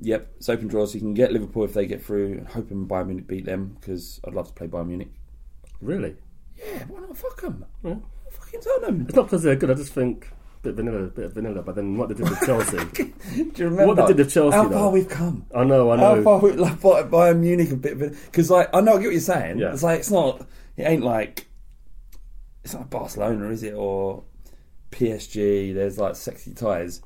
[SPEAKER 4] Yep, it's open draws. you can get Liverpool if they get through, and hoping Bayern Munich beat them because I'd love to play Bayern Munich.
[SPEAKER 5] Really?
[SPEAKER 4] Yeah, why not fuck them? Fucking Tottenham.
[SPEAKER 5] It's not because they're good. I just think a bit vanilla, a bit vanilla. But then what they did with Chelsea.
[SPEAKER 4] Do you remember
[SPEAKER 5] What they did to Chelsea,
[SPEAKER 4] How far
[SPEAKER 5] though?
[SPEAKER 4] we've come.
[SPEAKER 5] I know, I
[SPEAKER 4] How
[SPEAKER 5] know.
[SPEAKER 4] far we like Bay- Bayern Munich a bit because like I know I get what you're saying.
[SPEAKER 5] Yeah.
[SPEAKER 4] It's like it's not. It ain't like. It's not Barcelona, is it? Or PSG? There's like sexy ties.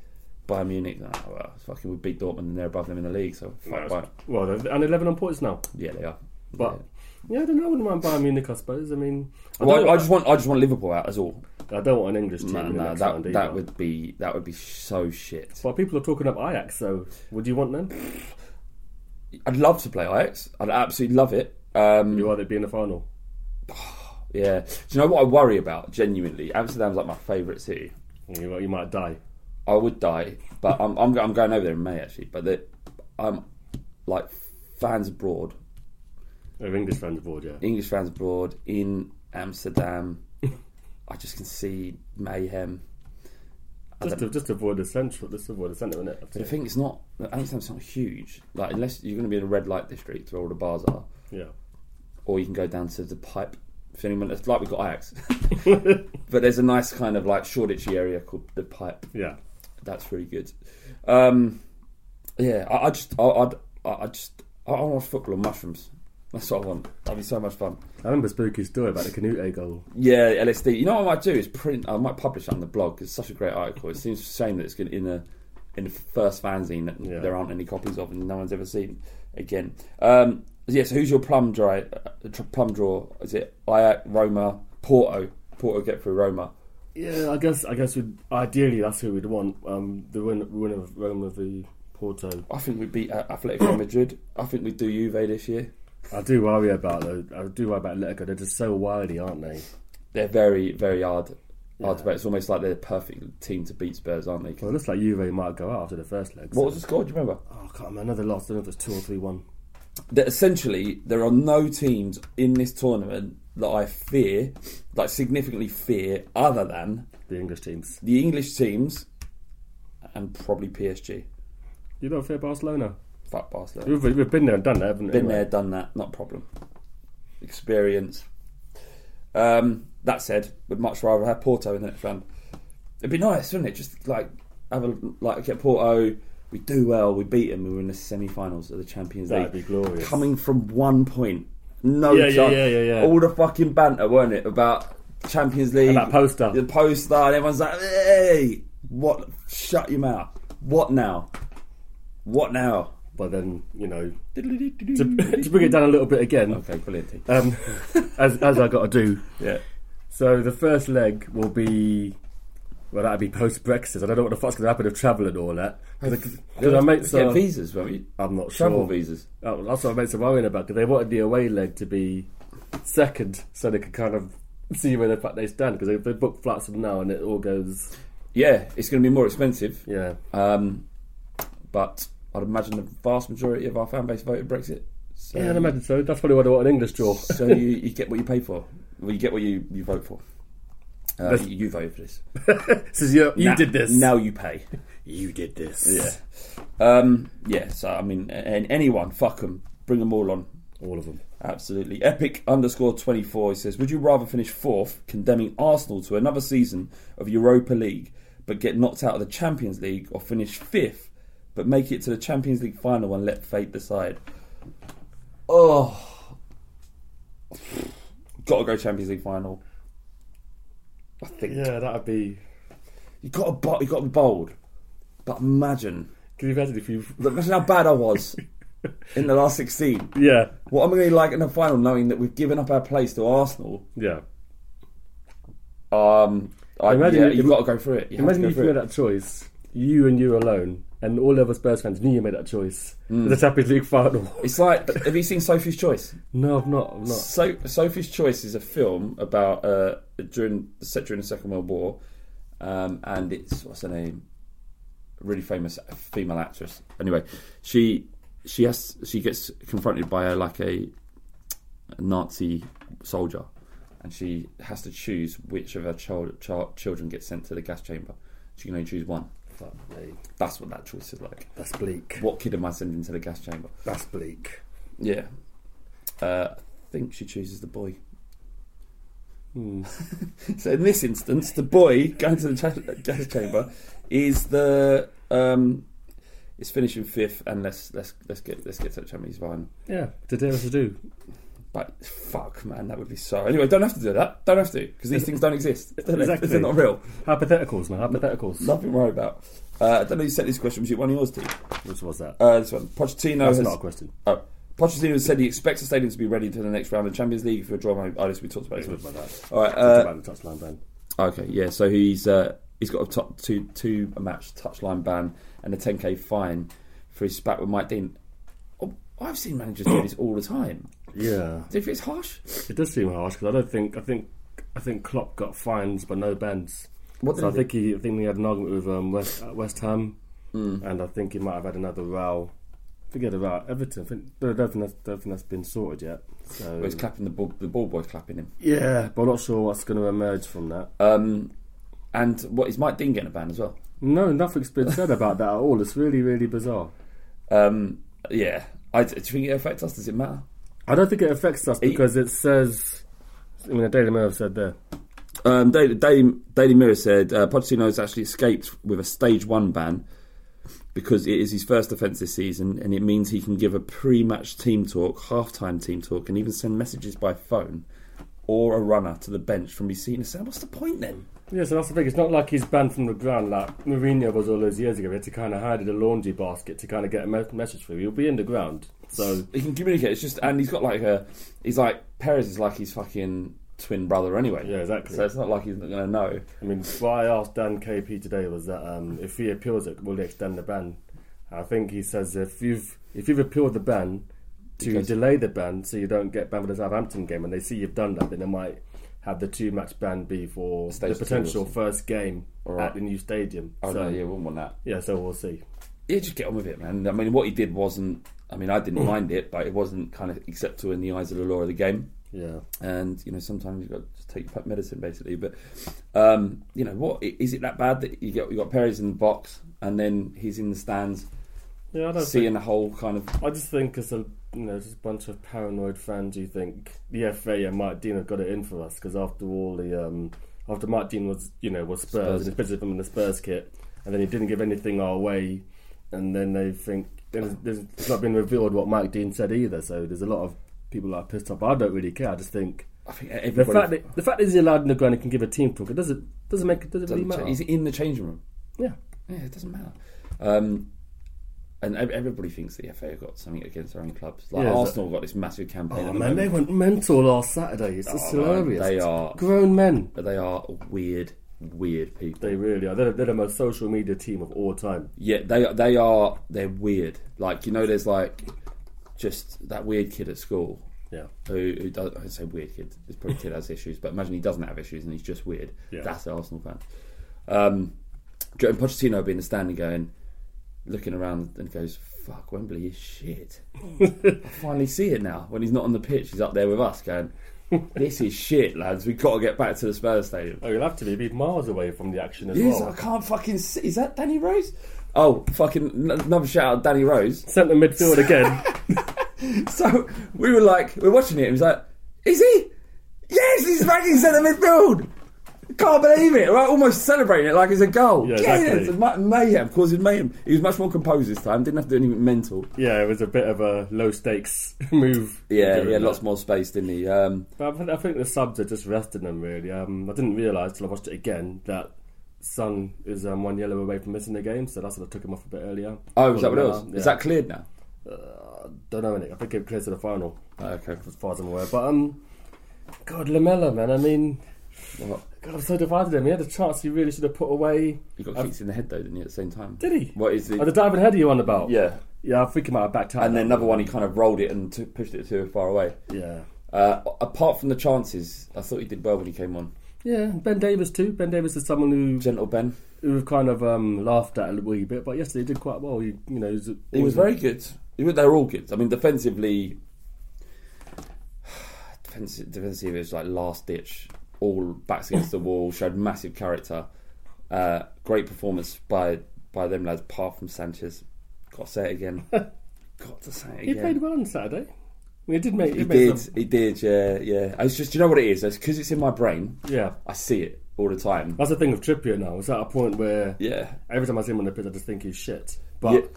[SPEAKER 4] Bayern Munich. Nah, well, fucking we beat Dortmund and they're above them in the league, so fuck Bayern.
[SPEAKER 5] Well, they're- and 11 on points now.
[SPEAKER 4] Yeah, they are.
[SPEAKER 5] But yeah, I don't know. I wouldn't mind Bayern Munich, I suppose. I mean, I,
[SPEAKER 4] Well, I,
[SPEAKER 5] don't,
[SPEAKER 4] I just want I just want Liverpool out. That's all.
[SPEAKER 5] I don't want an English team.
[SPEAKER 4] Man,
[SPEAKER 5] in the
[SPEAKER 4] no,
[SPEAKER 5] next
[SPEAKER 4] uh, that
[SPEAKER 5] round either.
[SPEAKER 4] that would be that would be so shit.
[SPEAKER 5] But people are talking up Ajax, so would you want them?
[SPEAKER 4] I'd love to play Ajax. I'd absolutely love it. Um,
[SPEAKER 5] You rather be in the final?
[SPEAKER 4] yeah. Do you know what I worry about? Genuinely, Amsterdam's like my favourite city.
[SPEAKER 5] You, you might die.
[SPEAKER 4] I would die, but I'm I'm, I'm going over there in May actually. But the, I'm like fans abroad,
[SPEAKER 5] Or English fans abroad, yeah.
[SPEAKER 4] English fans abroad in Amsterdam. I just can see mayhem.
[SPEAKER 5] Just, to, just avoid the central. Just avoid the centre, innit?
[SPEAKER 4] But I think it's not Amsterdam's not huge. Like unless you're going to be in a red light district where all the bars are,
[SPEAKER 5] Yeah.
[SPEAKER 4] or you can go down to the pipe. If anyone it's like we've got Ajax, but there's a nice kind of like Shoreditchy area called the pipe.
[SPEAKER 5] Yeah.
[SPEAKER 4] That's really good. Um, yeah, I, I just, I, I'd, I I just, I, I want football and mushrooms. That's what I want. That'd be so much fun.
[SPEAKER 5] I remember Spooky's story about the Canute goal.
[SPEAKER 4] Yeah, LSD. You know what I might do is print. I might publish it on the blog. 'cause It's such a great article. It seems a shame that it's gonna, in the in the first fanzine that
[SPEAKER 5] Yeah.
[SPEAKER 4] there aren't any copies of, and no one's ever seen again. Um, yeah. So who's your plum dry? Uh, tr- plum draw? Is it Ajax, Roma, Porto? Porto get through Roma.
[SPEAKER 5] Yeah, I guess I guess we'd, ideally that's who we'd want. Um, the win, win of Rome of the Porto.
[SPEAKER 4] I think we beat uh, Atletico Madrid. I think we do Juve this year.
[SPEAKER 5] I do worry about though. I do worry about Atletico. They're just so wily, aren't they?
[SPEAKER 4] They're very very hard. Hard to bet. It's almost like they're the perfect team to beat Spurs, aren't they? 'Cause-
[SPEAKER 5] Well, it looks like Juve might go out after the first leg.
[SPEAKER 4] What was the score? Do you remember?
[SPEAKER 5] Oh, I can't remember. Another loss. I don't know if it's two or three one.
[SPEAKER 4] that essentially there are no teams in this tournament that I fear, like significantly fear, other than
[SPEAKER 5] The English teams.
[SPEAKER 4] the English teams and probably PSG.
[SPEAKER 5] You don't fear Barcelona.
[SPEAKER 4] Fuck Barcelona.
[SPEAKER 5] We've, we've been there and done that, haven't we?
[SPEAKER 4] Been there, done that, not a problem. Experience. Um, that said, would much rather have Porto in the next round. It'd be nice, wouldn't it? Just like have a like get Porto. We do well. We beat them. We were in the semi-finals of the Champions
[SPEAKER 5] That'd
[SPEAKER 4] League.
[SPEAKER 5] be glorious.
[SPEAKER 4] Coming from one point, no
[SPEAKER 5] Yeah, yeah,
[SPEAKER 4] chance.
[SPEAKER 5] yeah, yeah, yeah.
[SPEAKER 4] All the fucking banter, weren't it, about Champions League?
[SPEAKER 5] that poster.
[SPEAKER 4] the poster, and everyone's like, "Hey, what? Shut your mouth! What now? What now?"
[SPEAKER 5] But then you know to, to bring it down a little bit again.
[SPEAKER 4] Okay, brilliant.
[SPEAKER 5] Um, as as I got to do.
[SPEAKER 4] Yeah.
[SPEAKER 5] So the first leg will be. Well, that'll be post Brexit. I don't know what the fuck's going to happen with travel and all that. Because I made
[SPEAKER 4] get
[SPEAKER 5] some.
[SPEAKER 4] visas, won't we?
[SPEAKER 5] I'm not
[SPEAKER 4] Travel
[SPEAKER 5] sure.
[SPEAKER 4] visas.
[SPEAKER 5] Oh, that's what I made some worrying about because they wanted the away leg to be second, so they could kind of see where the fact they stand. Because if they book flats from now and it all goes,
[SPEAKER 4] Yeah, it's going to be more expensive.
[SPEAKER 5] yeah,
[SPEAKER 4] Um, but I'd imagine the vast majority of our fan base voted Brexit. So,
[SPEAKER 5] yeah, I imagine so. That's probably what I want an English draw.
[SPEAKER 4] so you, you get what you pay for. Well, you get what you, you vote for. Uh, you, you voted for this.
[SPEAKER 5] Says you, you
[SPEAKER 4] Now-
[SPEAKER 5] did this.
[SPEAKER 4] Now you pay.
[SPEAKER 5] you did this.
[SPEAKER 4] Yeah. Um, yeah, so I mean, and anyone, fuck them. Bring them all on.
[SPEAKER 5] all of them.
[SPEAKER 4] Absolutely. Epic underscore 24 he says, Would you rather finish fourth, condemning Arsenal to another season of Europa League, but get knocked out of the Champions League, or finish fifth, but make it to the Champions League final and let fate decide? Oh. Gotta go Champions League final. I think.
[SPEAKER 5] Yeah, that'd be.
[SPEAKER 4] You gotta, bo- you gotta be bold. But imagine.
[SPEAKER 5] Can you imagine if you?
[SPEAKER 4] Imagine how bad I was in the last 16.
[SPEAKER 5] Yeah,
[SPEAKER 4] What am I going to be like in the final knowing that we've given up our place to Arsenal?
[SPEAKER 5] yeah.
[SPEAKER 4] Um, I,
[SPEAKER 5] Imagine
[SPEAKER 4] yeah,
[SPEAKER 5] you-
[SPEAKER 4] you've got to go through it. You
[SPEAKER 5] Imagine
[SPEAKER 4] have
[SPEAKER 5] if
[SPEAKER 4] to
[SPEAKER 5] you
[SPEAKER 4] go
[SPEAKER 5] made
[SPEAKER 4] through it.
[SPEAKER 5] that choice, you and you alone, and all other Spurs fans knew you made that choice. The Champions League final.
[SPEAKER 4] Mm. It's like, have you seen Sophie's Choice?
[SPEAKER 5] no, I'm not. I'm not.
[SPEAKER 4] So, Sophie's Choice is a film about uh, during set during the Second World War, um, and it's what's her name, a really famous female actress. Anyway, she she has she gets confronted by a, like a Nazi soldier, and she has to choose which of her child, child, children gets sent to the gas chamber. She can only choose one.
[SPEAKER 5] Fuck me.
[SPEAKER 4] That's what that choice is like.
[SPEAKER 5] That's bleak.
[SPEAKER 4] What kid am I sending to the gas chamber?
[SPEAKER 5] That's bleak.
[SPEAKER 4] Yeah. Uh, I think she chooses the boy. so in this instance, the boy going to the cha- gas chamber is the um, is finishing fifth, and let's let's let's get let's get to the Champions final.
[SPEAKER 5] Yeah, to do is to do.
[SPEAKER 4] But fuck, man, that would be so. Anyway, don't have to do that. Don't have to because these things don't exist. do they?
[SPEAKER 5] Exactly.
[SPEAKER 4] They're not real.
[SPEAKER 5] Hypotheticals, man. Hypotheticals.
[SPEAKER 4] Nothing to worry about. Uh, I don't know who sent this question. Was it one of yours, T?
[SPEAKER 5] Which was that?
[SPEAKER 4] Uh, this one. Pochettino
[SPEAKER 5] That's
[SPEAKER 4] has
[SPEAKER 5] not a question.
[SPEAKER 4] Oh. Pochettino said he expects the stadium to be ready for the next round of Champions League if we draw. I guess we talked about it.
[SPEAKER 5] about that.
[SPEAKER 4] All right.
[SPEAKER 5] Talked
[SPEAKER 4] Uh,
[SPEAKER 5] about the touchline ban.
[SPEAKER 4] Okay, yeah. So he's uh, he's got a top two two a match touchline ban and a 10k fine for his spat with Mike Dean. Oh, I've seen managers do this all the time.
[SPEAKER 5] Yeah,
[SPEAKER 4] Do you think it's harsh?
[SPEAKER 5] it does seem harsh because I don't think I think I think Klopp got fines but no bans.
[SPEAKER 4] What
[SPEAKER 5] so I
[SPEAKER 4] did
[SPEAKER 5] think he I think he had an argument with um, West uh, West Ham, and I think he might have had another row. Forget about Everton. I think, but I don't think that's, don't think that's been sorted yet. So
[SPEAKER 4] He's clapping the ball. The ball boy's clapping him.
[SPEAKER 5] yeah, but I'm not sure what's going to emerge from that.
[SPEAKER 4] Um, and what is Mike Dean getting a ban as well?
[SPEAKER 5] no, nothing's been said about that at all. It's really really bizarre.
[SPEAKER 4] Um, yeah. I, do you think it affects us? Does it matter?
[SPEAKER 5] I don't think it affects us because it says. I mean, the Daily Mail have said there.
[SPEAKER 4] Um, Daily, Daily, Daily Mirror said uh, Pochettino has actually escaped with a stage one ban because it is his first offence this season, and it means he can give a pre-match team talk, half-time team talk, and even send messages by phone or a runner to the bench from his seat. And saying, what's the point then?
[SPEAKER 5] Yeah, so that's the thing. It's not like he's banned from the ground like Mourinho was all those years ago. He had to kind of hide in a laundry basket to kind of get a me- message through. He'll be in the ground. So
[SPEAKER 4] He can communicate. It's just, and he's got like a, he's like Perez is like his fucking twin brother anyway.
[SPEAKER 5] Yeah, exactly.
[SPEAKER 4] So it's not like he's not going to know.
[SPEAKER 5] I mean, what I asked Dan KP today was that um, if he appeals it, will they extend the ban? I think he says if you've if you've appealed the ban, to delay the ban so you don't get banned for the Southampton game, and they see you've done that, then they might have the two match ban be for
[SPEAKER 4] Stage
[SPEAKER 5] the
[SPEAKER 4] two or
[SPEAKER 5] potential
[SPEAKER 4] something.
[SPEAKER 5] first game
[SPEAKER 4] right.
[SPEAKER 5] at the new stadium.
[SPEAKER 4] Oh
[SPEAKER 5] so
[SPEAKER 4] no, yeah, we wouldn't want that.
[SPEAKER 5] yeah, so we'll see.
[SPEAKER 4] yeah, just get on with it, man. I mean, what he did wasn't. I mean, I
[SPEAKER 5] Mm.
[SPEAKER 4] didn't mind it, but it wasn't kind of acceptable in the eyes of the law of the game.
[SPEAKER 5] Yeah.
[SPEAKER 4] And you know, sometimes you've got to just take your pet medicine, basically. But um, you know, what i- is it that bad that you get you got Perez in the box and then he's in the stands,
[SPEAKER 5] Yeah, I don't
[SPEAKER 4] seeing the whole kind of
[SPEAKER 5] I just think it's a you know just a bunch of paranoid fans who think the FA and Mike Dean have got it in for us because after all the um, after Mike Dean was you know was Spurs,
[SPEAKER 4] Spurs.
[SPEAKER 5] and especially from the Spurs kit, and then he didn't give anything our way, and then they think then it's- there's, it's not been revealed what Mike Dean said either. So there's a lot of people that are pissed off. I don't really care. I just think.
[SPEAKER 4] I think
[SPEAKER 5] The
[SPEAKER 4] everybody.
[SPEAKER 5] fact, that, the fact that he's allowed in the ground and can give a team talk, it doesn't doesn't make it doesn't really
[SPEAKER 4] doesn't
[SPEAKER 5] matter.
[SPEAKER 4] cha- he's in the changing room.
[SPEAKER 5] Yeah,
[SPEAKER 4] Yeah, it doesn't matter. Um, and ev- everybody thinks the FA have got something against their own clubs. Like
[SPEAKER 5] Yeah, is
[SPEAKER 4] Arsenal got this massive campaign.
[SPEAKER 5] oh
[SPEAKER 4] at the
[SPEAKER 5] man, they
[SPEAKER 4] moment.
[SPEAKER 5] went mental last Saturday. It's just
[SPEAKER 4] Oh, man,
[SPEAKER 5] hilarious.
[SPEAKER 4] they are-
[SPEAKER 5] grown men.
[SPEAKER 4] But they are weird, weird people.
[SPEAKER 5] They really are. They're, they're the most social media team of all time.
[SPEAKER 4] Yeah, they they are they're weird. Like you know, there's like just that weird kid at school
[SPEAKER 5] Yeah.
[SPEAKER 4] who who does I say weird kid. This probably kid has issues, but imagine he doesn't have issues and he's just weird.
[SPEAKER 5] Yeah.
[SPEAKER 4] That's the Arsenal fan. Um, and Pochettino being the standing going, looking around and goes, "Fuck, Wembley is shit." I finally see it now. When he's not on the pitch, he's up there with us going, "This is shit, lads. We've got to get back to the Spurs stadium."
[SPEAKER 5] Oh, you'll have to be, be miles away from the action as
[SPEAKER 4] Yes,
[SPEAKER 5] well.
[SPEAKER 4] I can't fucking see. Is that Danny Rose? Oh, fucking n- another shout out, Danny Rose.
[SPEAKER 5] Centre midfield again.
[SPEAKER 4] So we were like, we are watching it, and he's like, is he? Yes, he's back in centre midfield. Can't believe it. We're almost celebrating it like it's a goal.
[SPEAKER 5] Yeah,
[SPEAKER 4] Yes,
[SPEAKER 5] exactly.
[SPEAKER 4] ma- mayhem, causing mayhem. He was much more composed this time, didn't have to do anything mental.
[SPEAKER 5] yeah, it was a bit of a low stakes move.
[SPEAKER 4] Yeah,
[SPEAKER 5] Doing
[SPEAKER 4] he had
[SPEAKER 5] that.
[SPEAKER 4] lots more space, didn't he? Um,
[SPEAKER 5] But I think- I think the subs are just resting them really. Um, I didn't realise till I watched it again that Sun is um, one yellow away from missing the game, so that's what I took him off a bit earlier.
[SPEAKER 4] oh, is that what it was?
[SPEAKER 5] Yeah.
[SPEAKER 4] Is that cleared now?
[SPEAKER 5] Don't know innit? I think it clears to the final.
[SPEAKER 4] Okay.
[SPEAKER 5] as far as I'm aware. But um, God, Lamella, man. I mean,
[SPEAKER 4] What?
[SPEAKER 5] God, I'm so divided. Him. He had a chance. He really should have put away. Uh,
[SPEAKER 4] He got kicked in the head, though, didn't he, at the same time?
[SPEAKER 5] Did he?
[SPEAKER 4] What is it?
[SPEAKER 5] Oh, the diving head you on about?
[SPEAKER 4] Yeah.
[SPEAKER 5] yeah. I think he might have backed out.
[SPEAKER 4] And then another one, he kind of rolled it and t- pushed it too far away.
[SPEAKER 5] Yeah.
[SPEAKER 4] Uh, apart from the chances, I thought he did well when he came on.
[SPEAKER 5] Yeah, Ben Davis too. Ben Davis is someone who
[SPEAKER 4] Gentle Ben.
[SPEAKER 5] who we've kind of um, laughed at a wee bit, but yesterday he did quite well. He, you know, he's,
[SPEAKER 4] He was very good. He was- They were all good. I mean, defensively, defensive, defensive it was like last ditch, all backs against the wall, showed massive character. Uh, great performance by by them lads, apart from Sanchez. Got to say it again. Got to say it
[SPEAKER 5] He
[SPEAKER 4] again.
[SPEAKER 5] played well on Saturday. I mean, he did make.
[SPEAKER 4] He
[SPEAKER 5] made
[SPEAKER 4] did.
[SPEAKER 5] some-
[SPEAKER 4] He did. Yeah, yeah. It's just, do you know what it is? It's because it's in my brain.
[SPEAKER 5] yeah,
[SPEAKER 4] I see it all the time.
[SPEAKER 5] that's the thing with Trippier now. It's at a point where
[SPEAKER 4] Yeah.
[SPEAKER 5] Every time I see him on the pitch, I just think he's shit. But
[SPEAKER 4] Yeah.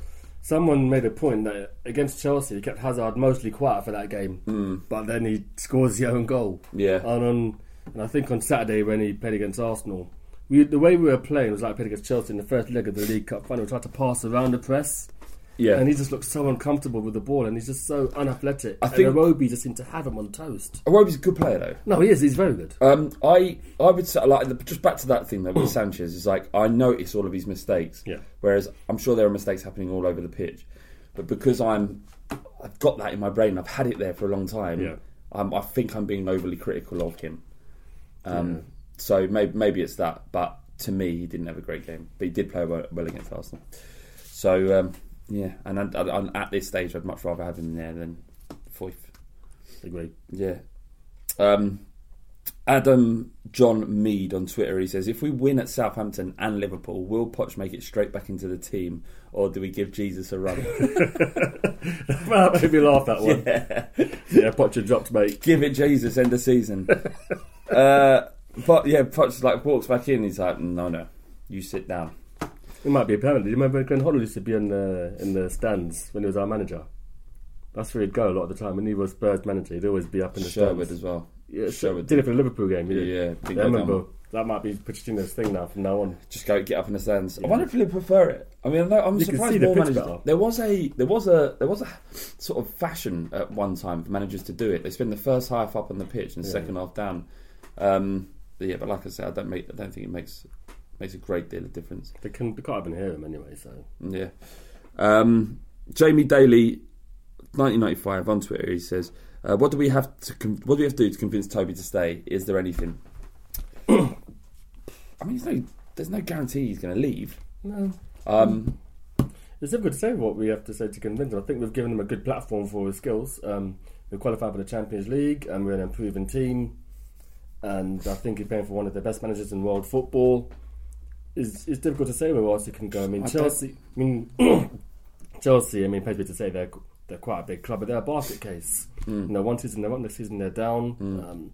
[SPEAKER 5] someone made a point that against Chelsea, he kept Hazard mostly quiet for that game. Mm. But then he scores the own goal.
[SPEAKER 4] Yeah.
[SPEAKER 5] And on, and I think on Saturday when he played against Arsenal, we, the way we were playing was like playing against Chelsea in the first leg of the League Cup final. We tried to pass around the press,
[SPEAKER 4] Yeah.
[SPEAKER 5] And he just looks so uncomfortable with the ball, and he's just so unathletic.
[SPEAKER 4] I
[SPEAKER 5] I
[SPEAKER 4] think-
[SPEAKER 5] and Arobi just seemed to have him on toast.
[SPEAKER 4] Arobi's a good player though.
[SPEAKER 5] No, he is. He's very good.
[SPEAKER 4] Um, I I would say like the- just back to that thing though with Sanchez is like I notice all of his mistakes.
[SPEAKER 5] Mm. Yeah.
[SPEAKER 4] Whereas I'm sure there are mistakes happening all over the pitch, but because I'm I've got that in my brain, I've had it there for a long time.
[SPEAKER 5] Yeah.
[SPEAKER 4] Um, I think I'm being overly critical of him. Um, So maybe maybe it's that, but to me he didn't have a great game, but he did play well, well against Arsenal. So um, yeah, and I, I, I'm- at this stage I'd much rather have him there than Foyth.
[SPEAKER 5] Agreed.
[SPEAKER 4] Yeah. Um, Adam John Mead on Twitter, he says, if we win at Southampton and Liverpool, will Poch make it straight back into the team or do we give Jesus a run?
[SPEAKER 5] Well, that made me laugh that one. Yeah, Potter dropped, mate.
[SPEAKER 4] give it Jesus, end of season. uh, but yeah, Poch like walks back in, he's like, no, no, you sit down.
[SPEAKER 5] It might be a penalty. You remember when Glenn Hoddle used to be in the in the stands when he was our manager? That's where he'd go a lot of the time. When he was Spurs manager, he'd always be up in the
[SPEAKER 4] Sherwood
[SPEAKER 5] stands.
[SPEAKER 4] as well.
[SPEAKER 5] Yeah,
[SPEAKER 4] Sherwood.
[SPEAKER 5] did it for the Liverpool game. he did.
[SPEAKER 4] Yeah, yeah, big
[SPEAKER 5] I
[SPEAKER 4] goal
[SPEAKER 5] remember.
[SPEAKER 4] down.
[SPEAKER 5] That might be Pochettino's thing now from now on.
[SPEAKER 4] just go get up in the stands. I wonder if people prefer it. I mean, I know- I'm
[SPEAKER 5] You can
[SPEAKER 4] surprised
[SPEAKER 5] see the
[SPEAKER 4] more
[SPEAKER 5] pitch
[SPEAKER 4] managers.
[SPEAKER 5] better.
[SPEAKER 4] There was a there was a there was a sort of fashion at one time for managers to do it. They spend the first half up on the pitch and the second half down. Um, but yeah, but like I said, I don't make I don't think it makes makes a great deal of difference.
[SPEAKER 5] They, can, they can't even hear him anyway, so.
[SPEAKER 4] Yeah. Um, Jamie Daly, 1995 on Twitter, he says, uh, "What do we have to con- What do we have to do to convince Toby to stay? Is there anything? I mean, there's no, there's no guarantee he's going to leave.
[SPEAKER 5] No.
[SPEAKER 4] Um,
[SPEAKER 5] It's difficult to say what we have to say to convince them. I think we've given them a good platform for his skills. Um, we qualified for the Champions League, and we're an improving team. And I think he's playing for one of the best managers in world football. It's, it's difficult to say where else he can go. I mean,
[SPEAKER 4] don't-
[SPEAKER 5] Chelsea. I mean, Chelsea. I mean, paid me to say they're they're quite a big club, but they're a basket case.
[SPEAKER 4] Hmm.
[SPEAKER 5] You know, one season they're up, next season they're down. Um,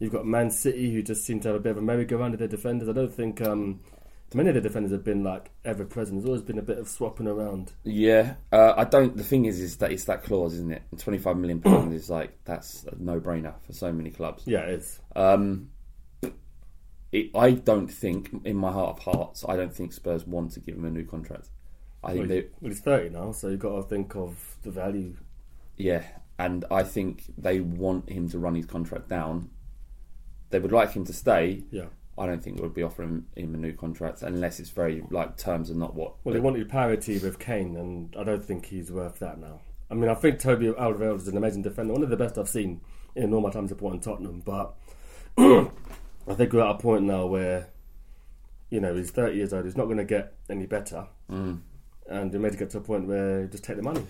[SPEAKER 5] you've got Man City, who just seem to have a bit of a merry-go-round of their defenders. I don't think um, many of the defenders have been like ever present. There's always been a bit of swapping around.
[SPEAKER 4] Yeah, uh, I don't. The thing is, is that it's that clause, isn't it? Twenty five million pounds is like that's a no brainer for so many clubs.
[SPEAKER 5] Yeah, it is.
[SPEAKER 4] Um, it, I don't think, in my heart of hearts, I don't think Spurs want to give him a new contract. I think they,
[SPEAKER 5] Well, he's 30 now, so you've got to think of the value.
[SPEAKER 4] yeah, and I think they want him to run his contract down. They would like him to stay.
[SPEAKER 5] Yeah.
[SPEAKER 4] I don't think they would be offering him a new contract unless it's very like terms are not what.
[SPEAKER 5] Well, he wanted parity with Kane, and I don't think he's worth that now. I mean, I think Toby Alderweireld is an amazing defender, one of the best I've seen in all my time supporting Tottenham, but I think we're at a point now where, you know, he's 30 years old, he's not going to get any better. And you're made to get to a point where you just take the money.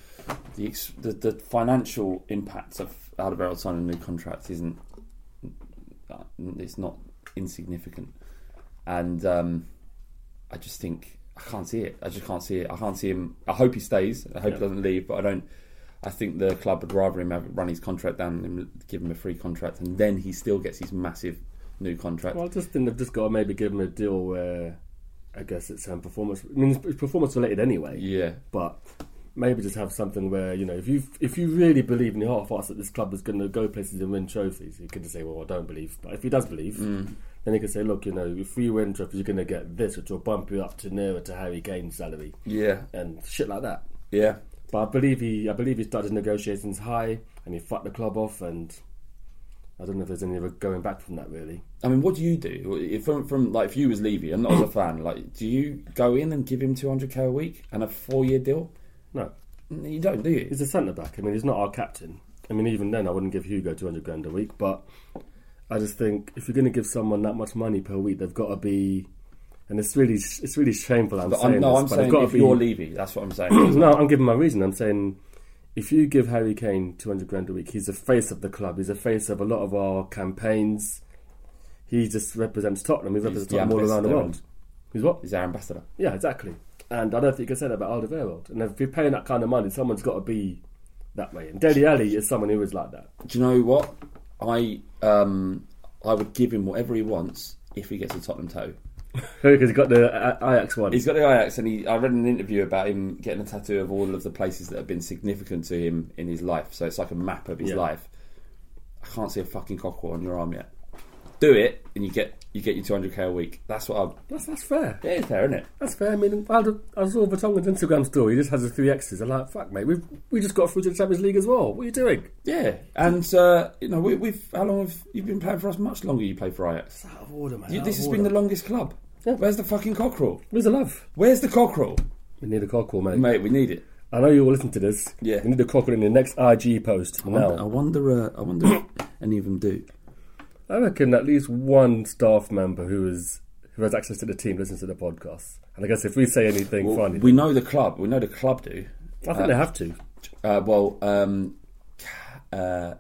[SPEAKER 4] the, ex- the the financial impact of Alderweireld signing a new contract isn't uh, it's not insignificant, and um, I just think I can't see it. I just can't see it. I can't see him. I hope he stays. I hope he doesn't leave. But I don't. I think the club would rather him have, run his contract down and him- give him a free contract, and then he still gets his massive new contract.
[SPEAKER 5] Well, I just think they've just got to maybe give him a deal where, I guess it's um, performance. I mean, it's performance related anyway.
[SPEAKER 4] yeah,
[SPEAKER 5] but maybe just have something where you know if you if you really believe in your heart of hearts that this club is going to go places and win trophies, you can just say, "Well, I don't believe." But if he does believe, then he can say, "Look, you know, if we win trophies, you're going to get this, which will bump you up to nearer to Harry Kane's salary
[SPEAKER 4] yeah,
[SPEAKER 5] and shit like that."
[SPEAKER 4] yeah.
[SPEAKER 5] But I believe he, I believe he started negotiations high and he fucked the club off, and I don't know if there's any other going back from that really.
[SPEAKER 4] I mean, what do you do if from, from like if you was Levy and not as a fan? Like, do you go in and give him two hundred k a week and a four year deal?
[SPEAKER 5] No,
[SPEAKER 4] You don't, do you?
[SPEAKER 5] He's a centre back. I mean, he's not our captain. I mean, even then, I wouldn't give Hugo 200 grand a week, but I just think if you're going to give someone that much money per week, they've got to be. And it's really, it's really shameful. I'm
[SPEAKER 4] But
[SPEAKER 5] saying
[SPEAKER 4] I'm, no,
[SPEAKER 5] this,
[SPEAKER 4] I'm
[SPEAKER 5] but
[SPEAKER 4] saying
[SPEAKER 5] they've got
[SPEAKER 4] if
[SPEAKER 5] to be.
[SPEAKER 4] you're Levy, that's what I'm saying.
[SPEAKER 5] no, I'm giving my reason. I'm saying if you give Harry Kane 200 grand a week, he's the face of the club. He's the face of a lot of our campaigns. He just represents Tottenham. He represents
[SPEAKER 4] the
[SPEAKER 5] Tottenham all around the
[SPEAKER 4] ambassador.
[SPEAKER 5] world. He's what?
[SPEAKER 4] He's our ambassador.
[SPEAKER 5] Yeah, exactly. And I don't think you can say that about Alderweireld. And if you're paying that kind of money, someone's got to be that way. And Deli Ali is someone who is like that.
[SPEAKER 4] Do you know what? I um, I would give him whatever he wants if he gets a Tottenham toe.
[SPEAKER 5] Because he's got the uh, Ajax one.
[SPEAKER 4] He's got the Ajax, and he, I read an interview about him getting a tattoo of all of the places that have been significant to him in his life. So it's like a map of his
[SPEAKER 5] Yeah.
[SPEAKER 4] life. I can't see a fucking cockerel on your arm yet. do it, and you get you get your 200k a week. That's what I'm.
[SPEAKER 5] That's that's fair.
[SPEAKER 4] It is there, isn't it?
[SPEAKER 5] That's fair. I mean, I, had- I saw Vertonghen's Instagram story. He just has the three X's. I'm like, fuck, mate. We've we just got through to the Champions League as well. What are you doing?
[SPEAKER 4] Yeah, and uh, you know we, we've how long have you been playing for us? Much longer you play for Ajax.
[SPEAKER 5] Out of order, man.
[SPEAKER 4] You, this has been the longest club. Where's the fucking cockerel?
[SPEAKER 5] Where's the love?
[SPEAKER 4] Where's the cockerel,
[SPEAKER 5] We need a cockle, mate.
[SPEAKER 4] mate? We need it.
[SPEAKER 5] I know you all listen to this.
[SPEAKER 4] Yeah.
[SPEAKER 5] We need a cockle in the next IG post.
[SPEAKER 4] I wonder.
[SPEAKER 5] Now,
[SPEAKER 4] I wonder, uh, I wonder if any of them do.
[SPEAKER 5] I reckon at least one staff member who is who has access to the team listens to the podcast. And I guess if we say anything
[SPEAKER 4] Well,
[SPEAKER 5] funny,
[SPEAKER 4] we know the club. We know the club do.
[SPEAKER 5] I think they have to.
[SPEAKER 4] Uh, well, um, uh,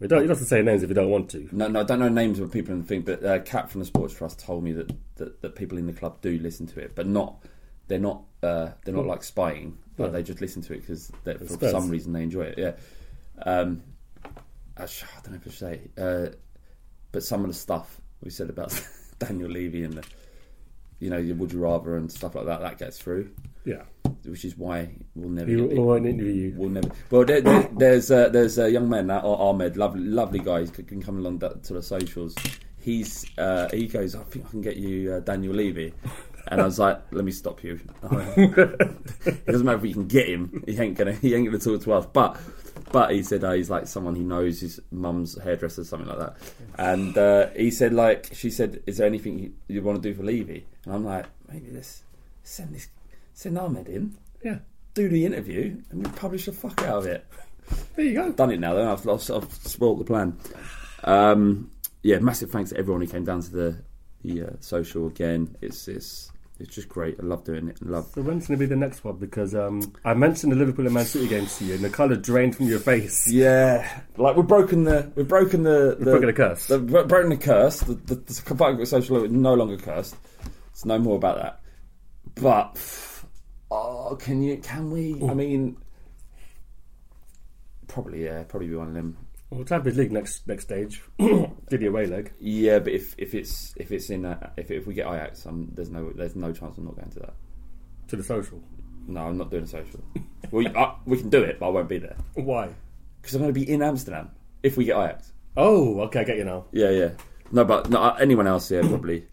[SPEAKER 5] We don't. You don't have to say names if you don't want to.
[SPEAKER 4] no, no, I don't know names of people and things, but uh, Kat from the Sports Trust told me that, that, that people in the club do listen to it, but not they're not uh, they're not like spying, but they just listen to it because for
[SPEAKER 5] Spurs.
[SPEAKER 4] some reason they enjoy it. Yeah, um, I, sh- I don't know if I should say, it, uh, but some of the stuff we said about Daniel Levy and the you know your would you rather and stuff like that that gets through,
[SPEAKER 5] Yeah.
[SPEAKER 4] which is why we'll never.
[SPEAKER 5] He
[SPEAKER 4] get the-
[SPEAKER 5] won't interview you.
[SPEAKER 4] We'll never. Well, there, there, there's uh, there's a young man, uh, Ahmed, lovely lovely guy. He can come along that, to the socials. He's uh, he goes. I think I can get you uh, Daniel Levy, and I was like, let me stop you. it doesn't matter if we can get him. He ain't gonna he ain't gonna talk to us. But but he said uh, he's like someone he knows, his mum's hairdresser, something like that. And uh, he said like she said, is there anything you, you want to do for Levy? And I'm like, maybe this send this send Ahmed in
[SPEAKER 5] Yeah.
[SPEAKER 4] do the interview and we publish the fuck out of it.
[SPEAKER 5] There you go.
[SPEAKER 4] Done it now, then. I've, I've, I've spoilt the plan. Um, yeah, massive thanks to everyone who came down to the the uh, social again. It's it's it's just great. I love doing it. I love.
[SPEAKER 5] So when's going to be the next one? Because um, I mentioned the Liverpool and Man City games to you, and the colour drained from your face.
[SPEAKER 4] Yeah, like we've broken the we've broken the, the
[SPEAKER 5] broken the curse.
[SPEAKER 4] The, we've broken the curse. The, the, the Compartment social is no longer cursed. It's no more about that. But oh, can you? Can we? I mean, probably yeah. Probably be one of them.
[SPEAKER 5] Well, Champions League next next stage. Did away leg?
[SPEAKER 4] Yeah, but if, if it's if it's in a, if if we get Ajax, um, there's no there's no chance I'm not going to that.
[SPEAKER 5] to the social.
[SPEAKER 4] No, I'm not doing a social. we I, we can do it, but I won't be there
[SPEAKER 5] Why?
[SPEAKER 4] because I'm going to be in Amsterdam if we get Ajax.
[SPEAKER 5] Oh, okay, I get you now.
[SPEAKER 4] Yeah, yeah. No, but no, uh, anyone else here probably.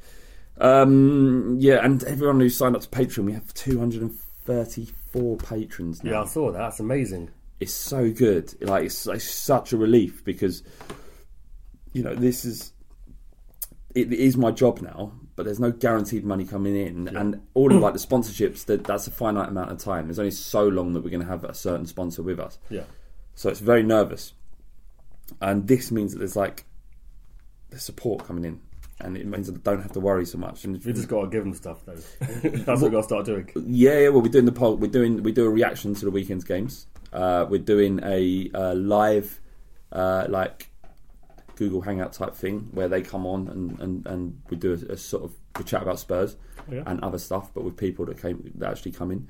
[SPEAKER 4] Um, yeah, and everyone who signed up to Patreon, we have 234 patrons now.
[SPEAKER 5] Yeah, I saw that. That's amazing.
[SPEAKER 4] it's so good. Like it's, it's such a relief because you know this is it is my job now, but there's no guaranteed money coming in, and all of like the sponsorships that that's a finite amount of time. There's only so long that we're going to have a certain sponsor with us.
[SPEAKER 5] Yeah.
[SPEAKER 4] So it's very nervous, and this means that there's like there's support coming in, and it means that I don't have to worry so much. And
[SPEAKER 5] We just got to give them stuff, though. That's what we got to start doing.
[SPEAKER 4] yeah, yeah, well, we're doing the poll. We're doing we do a reaction to the weekend's games. Uh, we're doing a uh, live uh, like Google Hangout type thing where they come on and, and, and we do a, a sort of we chat about Spurs
[SPEAKER 5] Yeah.
[SPEAKER 4] and other stuff, but with people that came that actually come in.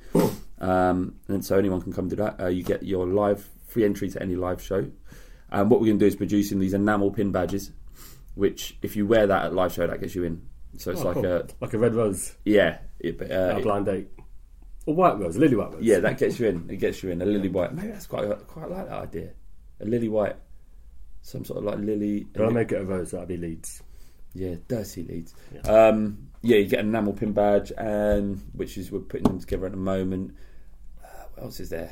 [SPEAKER 4] um, and so anyone can come do that. Uh, you get your live free entry to any live show. And what we're going to do is producing these enamel pin badges, which if you wear that at live show, that gets you in. So it's like
[SPEAKER 5] Oh, Cool.
[SPEAKER 4] a
[SPEAKER 5] like a red rose,
[SPEAKER 4] yeah, it, uh,
[SPEAKER 5] a blind date, a white rose, a lily white rose.
[SPEAKER 4] yeah, that gets you in. It gets you in. A lily white. Maybe that's quite quite like that idea. A lily white, some sort of like lily.
[SPEAKER 5] If I make it a rose, that'd be Leeds.
[SPEAKER 4] yeah, dirty leads. Um, yeah, you get an enamel pin badge, and which is we're putting them together at the moment. Uh, what else is there?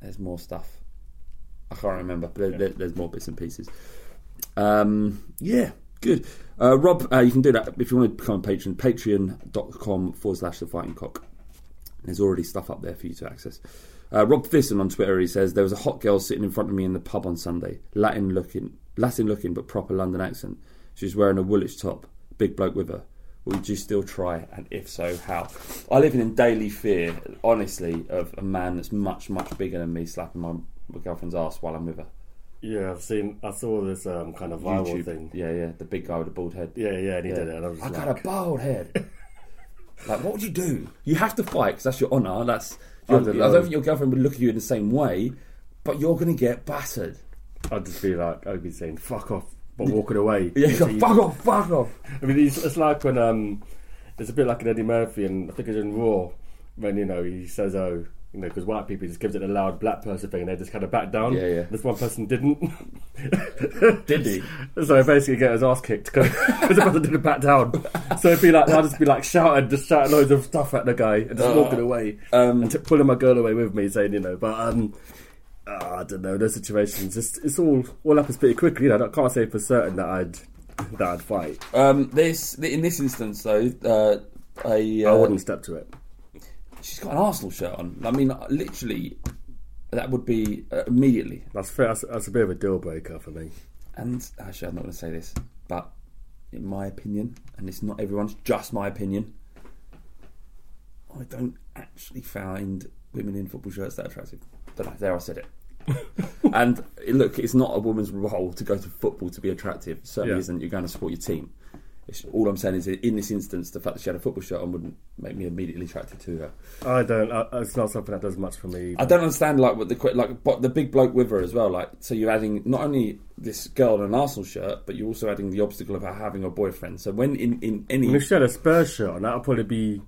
[SPEAKER 4] There's more stuff. I can't remember, but there, there- there's more bits and pieces. Um, yeah, good. Uh, Rob, uh, you can do that if you want to become a patron. Patreon.com forward slash the fighting cock. There's already stuff up there for you to access. Uh, Rob Thisson on Twitter, he says there was a hot girl sitting in front of me in the pub on Sunday, Latin looking, Latin looking, but proper London accent. She was wearing a Woolwich top, big bloke with her. Would you still try, and if so, how? I live in daily fear, honestly, of a man that's much, much bigger than me slapping my, my girlfriend's ass while I'm with her.
[SPEAKER 5] Yeah, I've seen. I saw this um, kind of viral
[SPEAKER 4] YouTube.
[SPEAKER 5] thing.
[SPEAKER 4] Yeah, yeah, the big guy with the bald head.
[SPEAKER 5] Yeah, yeah, and he did it, and I was just
[SPEAKER 4] got
[SPEAKER 5] like,
[SPEAKER 4] a bald head. like, what would you do? You have to fight because that's your honour. That's your, I,
[SPEAKER 5] don't
[SPEAKER 4] don't
[SPEAKER 5] know.
[SPEAKER 4] think your girlfriend would look at you in the same way, but you're going to get battered.
[SPEAKER 5] I'd just be like, I'd be saying, "Fuck off," but walking away.
[SPEAKER 4] Yeah, you
[SPEAKER 5] So
[SPEAKER 4] go,
[SPEAKER 5] you-
[SPEAKER 4] fuck off, fuck off.
[SPEAKER 5] I mean, it's, it's like when um, it's a bit like an Eddie Murphy, and I think it's in Raw when you know he says, "Oh, You know, because white people just gives it a loud black person thing, and they just kind of back down.
[SPEAKER 4] Yeah, yeah.
[SPEAKER 5] This one person didn't.
[SPEAKER 4] Did he?
[SPEAKER 5] So he basically get his ass kicked because the person didn't back down. So it'd be like, I'd just be like shouting, just shouting loads of stuff at the guy and
[SPEAKER 4] Uh,
[SPEAKER 5] just walking away
[SPEAKER 4] um,
[SPEAKER 5] and t- pulling my girl away with me, saying, you know, but um, ah, I don't know, those situations, just it's all all happens pretty quickly. You know, I can't say for certain that I'd that I'd fight.
[SPEAKER 4] Um, this in this instance though, uh, a, uh,
[SPEAKER 5] I wouldn't step to it.
[SPEAKER 4] She's got an Arsenal shirt on. I mean, literally, that would be uh, immediately.
[SPEAKER 5] That's fair. That's, that's a bit of a deal breaker for me.
[SPEAKER 4] And actually, I'm not going to say this, but in my opinion, and it's not everyone's, just my opinion. I don't actually find women in football shirts that attractive. But there, I said it. and eh, look, it's not a woman's role to go to football to be attractive. It certainly
[SPEAKER 5] Yeah.
[SPEAKER 4] isn't. You're going to support your team. It's, all I'm saying is, in this instance, the fact that she had a football shirt on wouldn't make me immediately attracted to her.
[SPEAKER 5] I don't. I, it's not something that does much for me.
[SPEAKER 4] I
[SPEAKER 5] Either.
[SPEAKER 4] don't understand like what the que- like but the big bloke with her as well. Like so, you're adding not only this girl in an Arsenal shirt, but you're also adding the obstacle of her having a boyfriend. So when in in any
[SPEAKER 5] Michelle a Spurs shirt, and that'll probably be.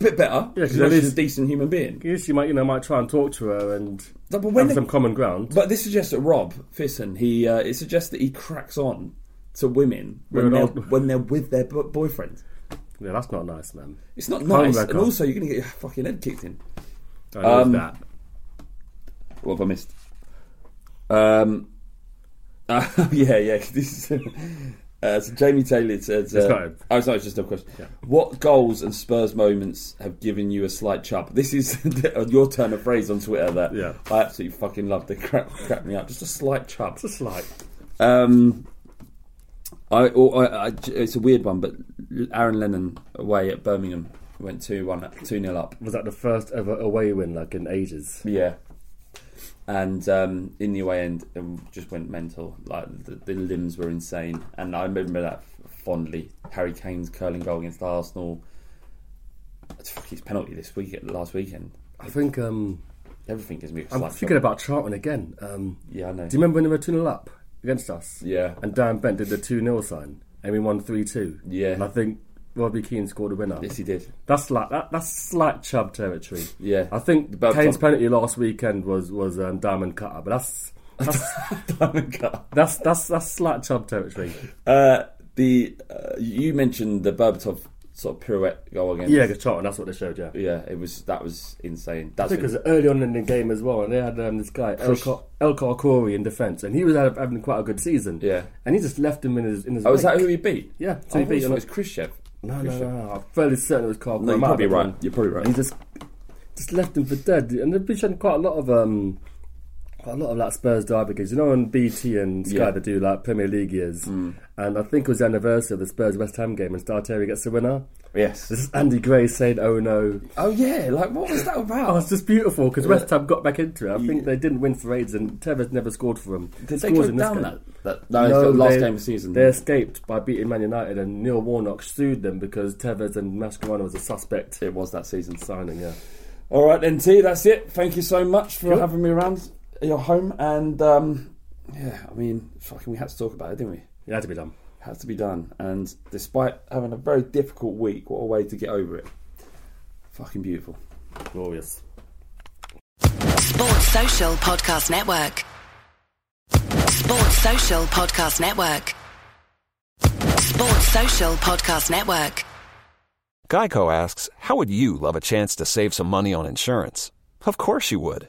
[SPEAKER 4] bit better,
[SPEAKER 5] Yeah, 'cause
[SPEAKER 4] because
[SPEAKER 5] that
[SPEAKER 4] she's
[SPEAKER 5] is-
[SPEAKER 4] a decent human being.
[SPEAKER 5] Yes, you might. You know, might try and talk to her and
[SPEAKER 4] No, but when
[SPEAKER 5] have
[SPEAKER 4] the-
[SPEAKER 5] some common ground.
[SPEAKER 4] But this suggests that Rob Fisson he uh, it suggests that he cracks on to women
[SPEAKER 5] We're
[SPEAKER 4] when they're,
[SPEAKER 5] not-
[SPEAKER 4] when they're with their bo- boyfriend.
[SPEAKER 5] yeah, that's not nice, man.
[SPEAKER 4] It's not
[SPEAKER 5] Can't
[SPEAKER 4] nice,
[SPEAKER 5] work
[SPEAKER 4] and
[SPEAKER 5] on.
[SPEAKER 4] also you're going to get your fucking head kicked in.
[SPEAKER 5] I know
[SPEAKER 4] Um,
[SPEAKER 5] that.
[SPEAKER 4] What have I missed? Um, uh, yeah, yeah. 'cause This is, uh, so Jamie Taylor says, uh,
[SPEAKER 5] got it.
[SPEAKER 4] "Oh, sorry, it's just a question. What goals and Spurs moments have given you a slight chub?" This is your turn of phrase on Twitter. That
[SPEAKER 5] Yeah.
[SPEAKER 4] I absolutely fucking loved. They crap, crap me up. Just a slight chub.
[SPEAKER 5] Just like
[SPEAKER 4] Um, I, or, I, I, it's a weird one, but Aaron Lennon away at Birmingham went two one two 0 up.
[SPEAKER 5] was that the first ever away win like in ages?
[SPEAKER 4] Yeah. And um, in the away end, it just went mental. Like the, the limbs were insane, and I remember that fondly. Harry Kane's curling goal against Arsenal. Fuck his penalty this week, last weekend.
[SPEAKER 5] I think um,
[SPEAKER 4] Everything gives me a
[SPEAKER 5] I'm
[SPEAKER 4] slight
[SPEAKER 5] thinking
[SPEAKER 4] shock.
[SPEAKER 5] about Charlton again. Um,
[SPEAKER 4] Yeah, I know.
[SPEAKER 5] Do you remember when they were 2 0 up against us?
[SPEAKER 4] Yeah.
[SPEAKER 5] And Dan Bent did the 2 0 sign and we won 3 2.
[SPEAKER 4] Yeah.
[SPEAKER 5] And I think Robbie Keane scored a winner.
[SPEAKER 4] Yes, he did.
[SPEAKER 5] That's like that, that's slight chub territory.
[SPEAKER 4] Yeah.
[SPEAKER 5] I think
[SPEAKER 4] But-
[SPEAKER 5] Kane's penalty last weekend was was um, diamond cutter, but that's that's
[SPEAKER 4] Diamond Cup.
[SPEAKER 5] that's that's that's slight chub territory.
[SPEAKER 4] Uh, the uh, you mentioned the Berbatov sort of pirouette goal against.
[SPEAKER 5] Yeah, against Charlton. That's what they showed. Yeah.
[SPEAKER 4] yeah. It was that was insane. That's
[SPEAKER 5] because early on in the game as well, and they had um, this guy Elkar Elkar Corey in defence, and he was ha- having quite a good season.
[SPEAKER 4] Yeah.
[SPEAKER 5] and he just left him in his in his.
[SPEAKER 4] oh, is that
[SPEAKER 5] wake.
[SPEAKER 4] who he beat?
[SPEAKER 5] Yeah, so
[SPEAKER 4] so
[SPEAKER 5] he
[SPEAKER 4] he
[SPEAKER 5] beat-
[SPEAKER 4] It was Khrushchev.
[SPEAKER 5] No, no, no, no. I'm fairly certain it was Carl.
[SPEAKER 4] No, you're
[SPEAKER 5] Might
[SPEAKER 4] probably
[SPEAKER 5] have been.
[SPEAKER 4] right. You're probably right.
[SPEAKER 5] And he just just left him for dead, and they've been showing quite a lot of um, quite a lot of like Spurs derby games. You know, on BT and Sky
[SPEAKER 4] Yeah. Hmm.
[SPEAKER 5] they do like Premier League years, and I think it was the anniversary of the Spurs West Ham game, and Star Terry gets the winner.
[SPEAKER 4] Yes.
[SPEAKER 5] This is Andy Gray saying, "Oh no."
[SPEAKER 4] Oh yeah, like what was that about? Uh,
[SPEAKER 5] Oh, it's just beautiful because West Ham got back into it. I think they didn't win for ages, and Tevez never scored for them.
[SPEAKER 4] Did they
[SPEAKER 5] Scores
[SPEAKER 4] go
[SPEAKER 5] in this
[SPEAKER 4] down
[SPEAKER 5] game.
[SPEAKER 4] that? that no, it's the last
[SPEAKER 5] they-
[SPEAKER 4] game of the season.
[SPEAKER 5] They escaped by beating Man United, and Neil Warnock sued them because Tevez and Mascherano was a suspect
[SPEAKER 4] It was that season.
[SPEAKER 5] signing. Yeah,
[SPEAKER 4] All right, then T, that's it. Thank you so much for having me around at your home. And um, yeah, I mean, fucking, we had to talk about it, didn't we?
[SPEAKER 5] it had to be done.
[SPEAKER 4] Had to be done. And despite having a very difficult week, what a way to get over it. Fucking beautiful.
[SPEAKER 5] Glorious.
[SPEAKER 2] Sports Social Podcast Network. Sports Social Podcast Network. Sports Social Podcast Network.
[SPEAKER 3] Geico asks, How would you love a chance to save some money on insurance? Of course you would.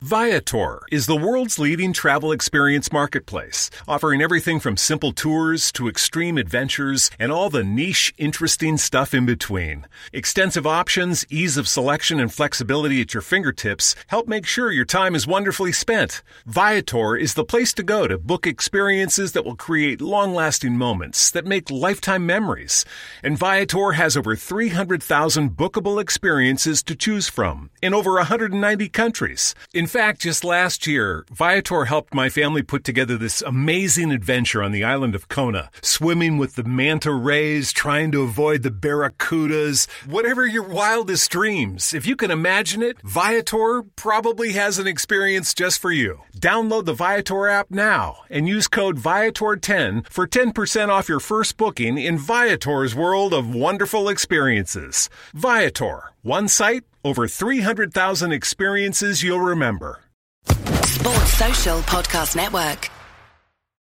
[SPEAKER 3] Viator is the world's leading travel experience marketplace, offering everything from simple tours to extreme adventures and all the niche, interesting stuff in between. Extensive options, ease of selection, and flexibility at your fingertips help make sure your time is wonderfully spent. Viator is the place to go to book experiences that will create long lasting moments that make lifetime memories. And Viator has over 300,000 bookable experiences to choose from in over 190 countries. In fact, just last year, Viator helped my family put together this amazing adventure on the island of Kona, swimming with the manta rays, trying to avoid the barracudas, whatever your wildest dreams. If you can imagine it, Viator probably has an experience just for you. Download the Viator app now and use code Viator10 for 10% off your first booking in Viator's world of wonderful experiences. Viator, one site, over 300,000 experiences you'll remember.
[SPEAKER 2] Sports Social Podcast Network.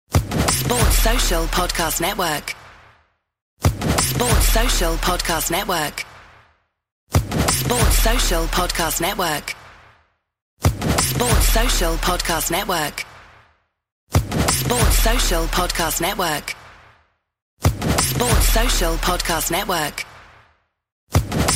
[SPEAKER 2] Sports Social Podcast Network. Sports Social Podcast Network. Sports Social Podcast Network. Sports Social Podcast Network. Sports Social Podcast Network. Sports Social Podcast Network.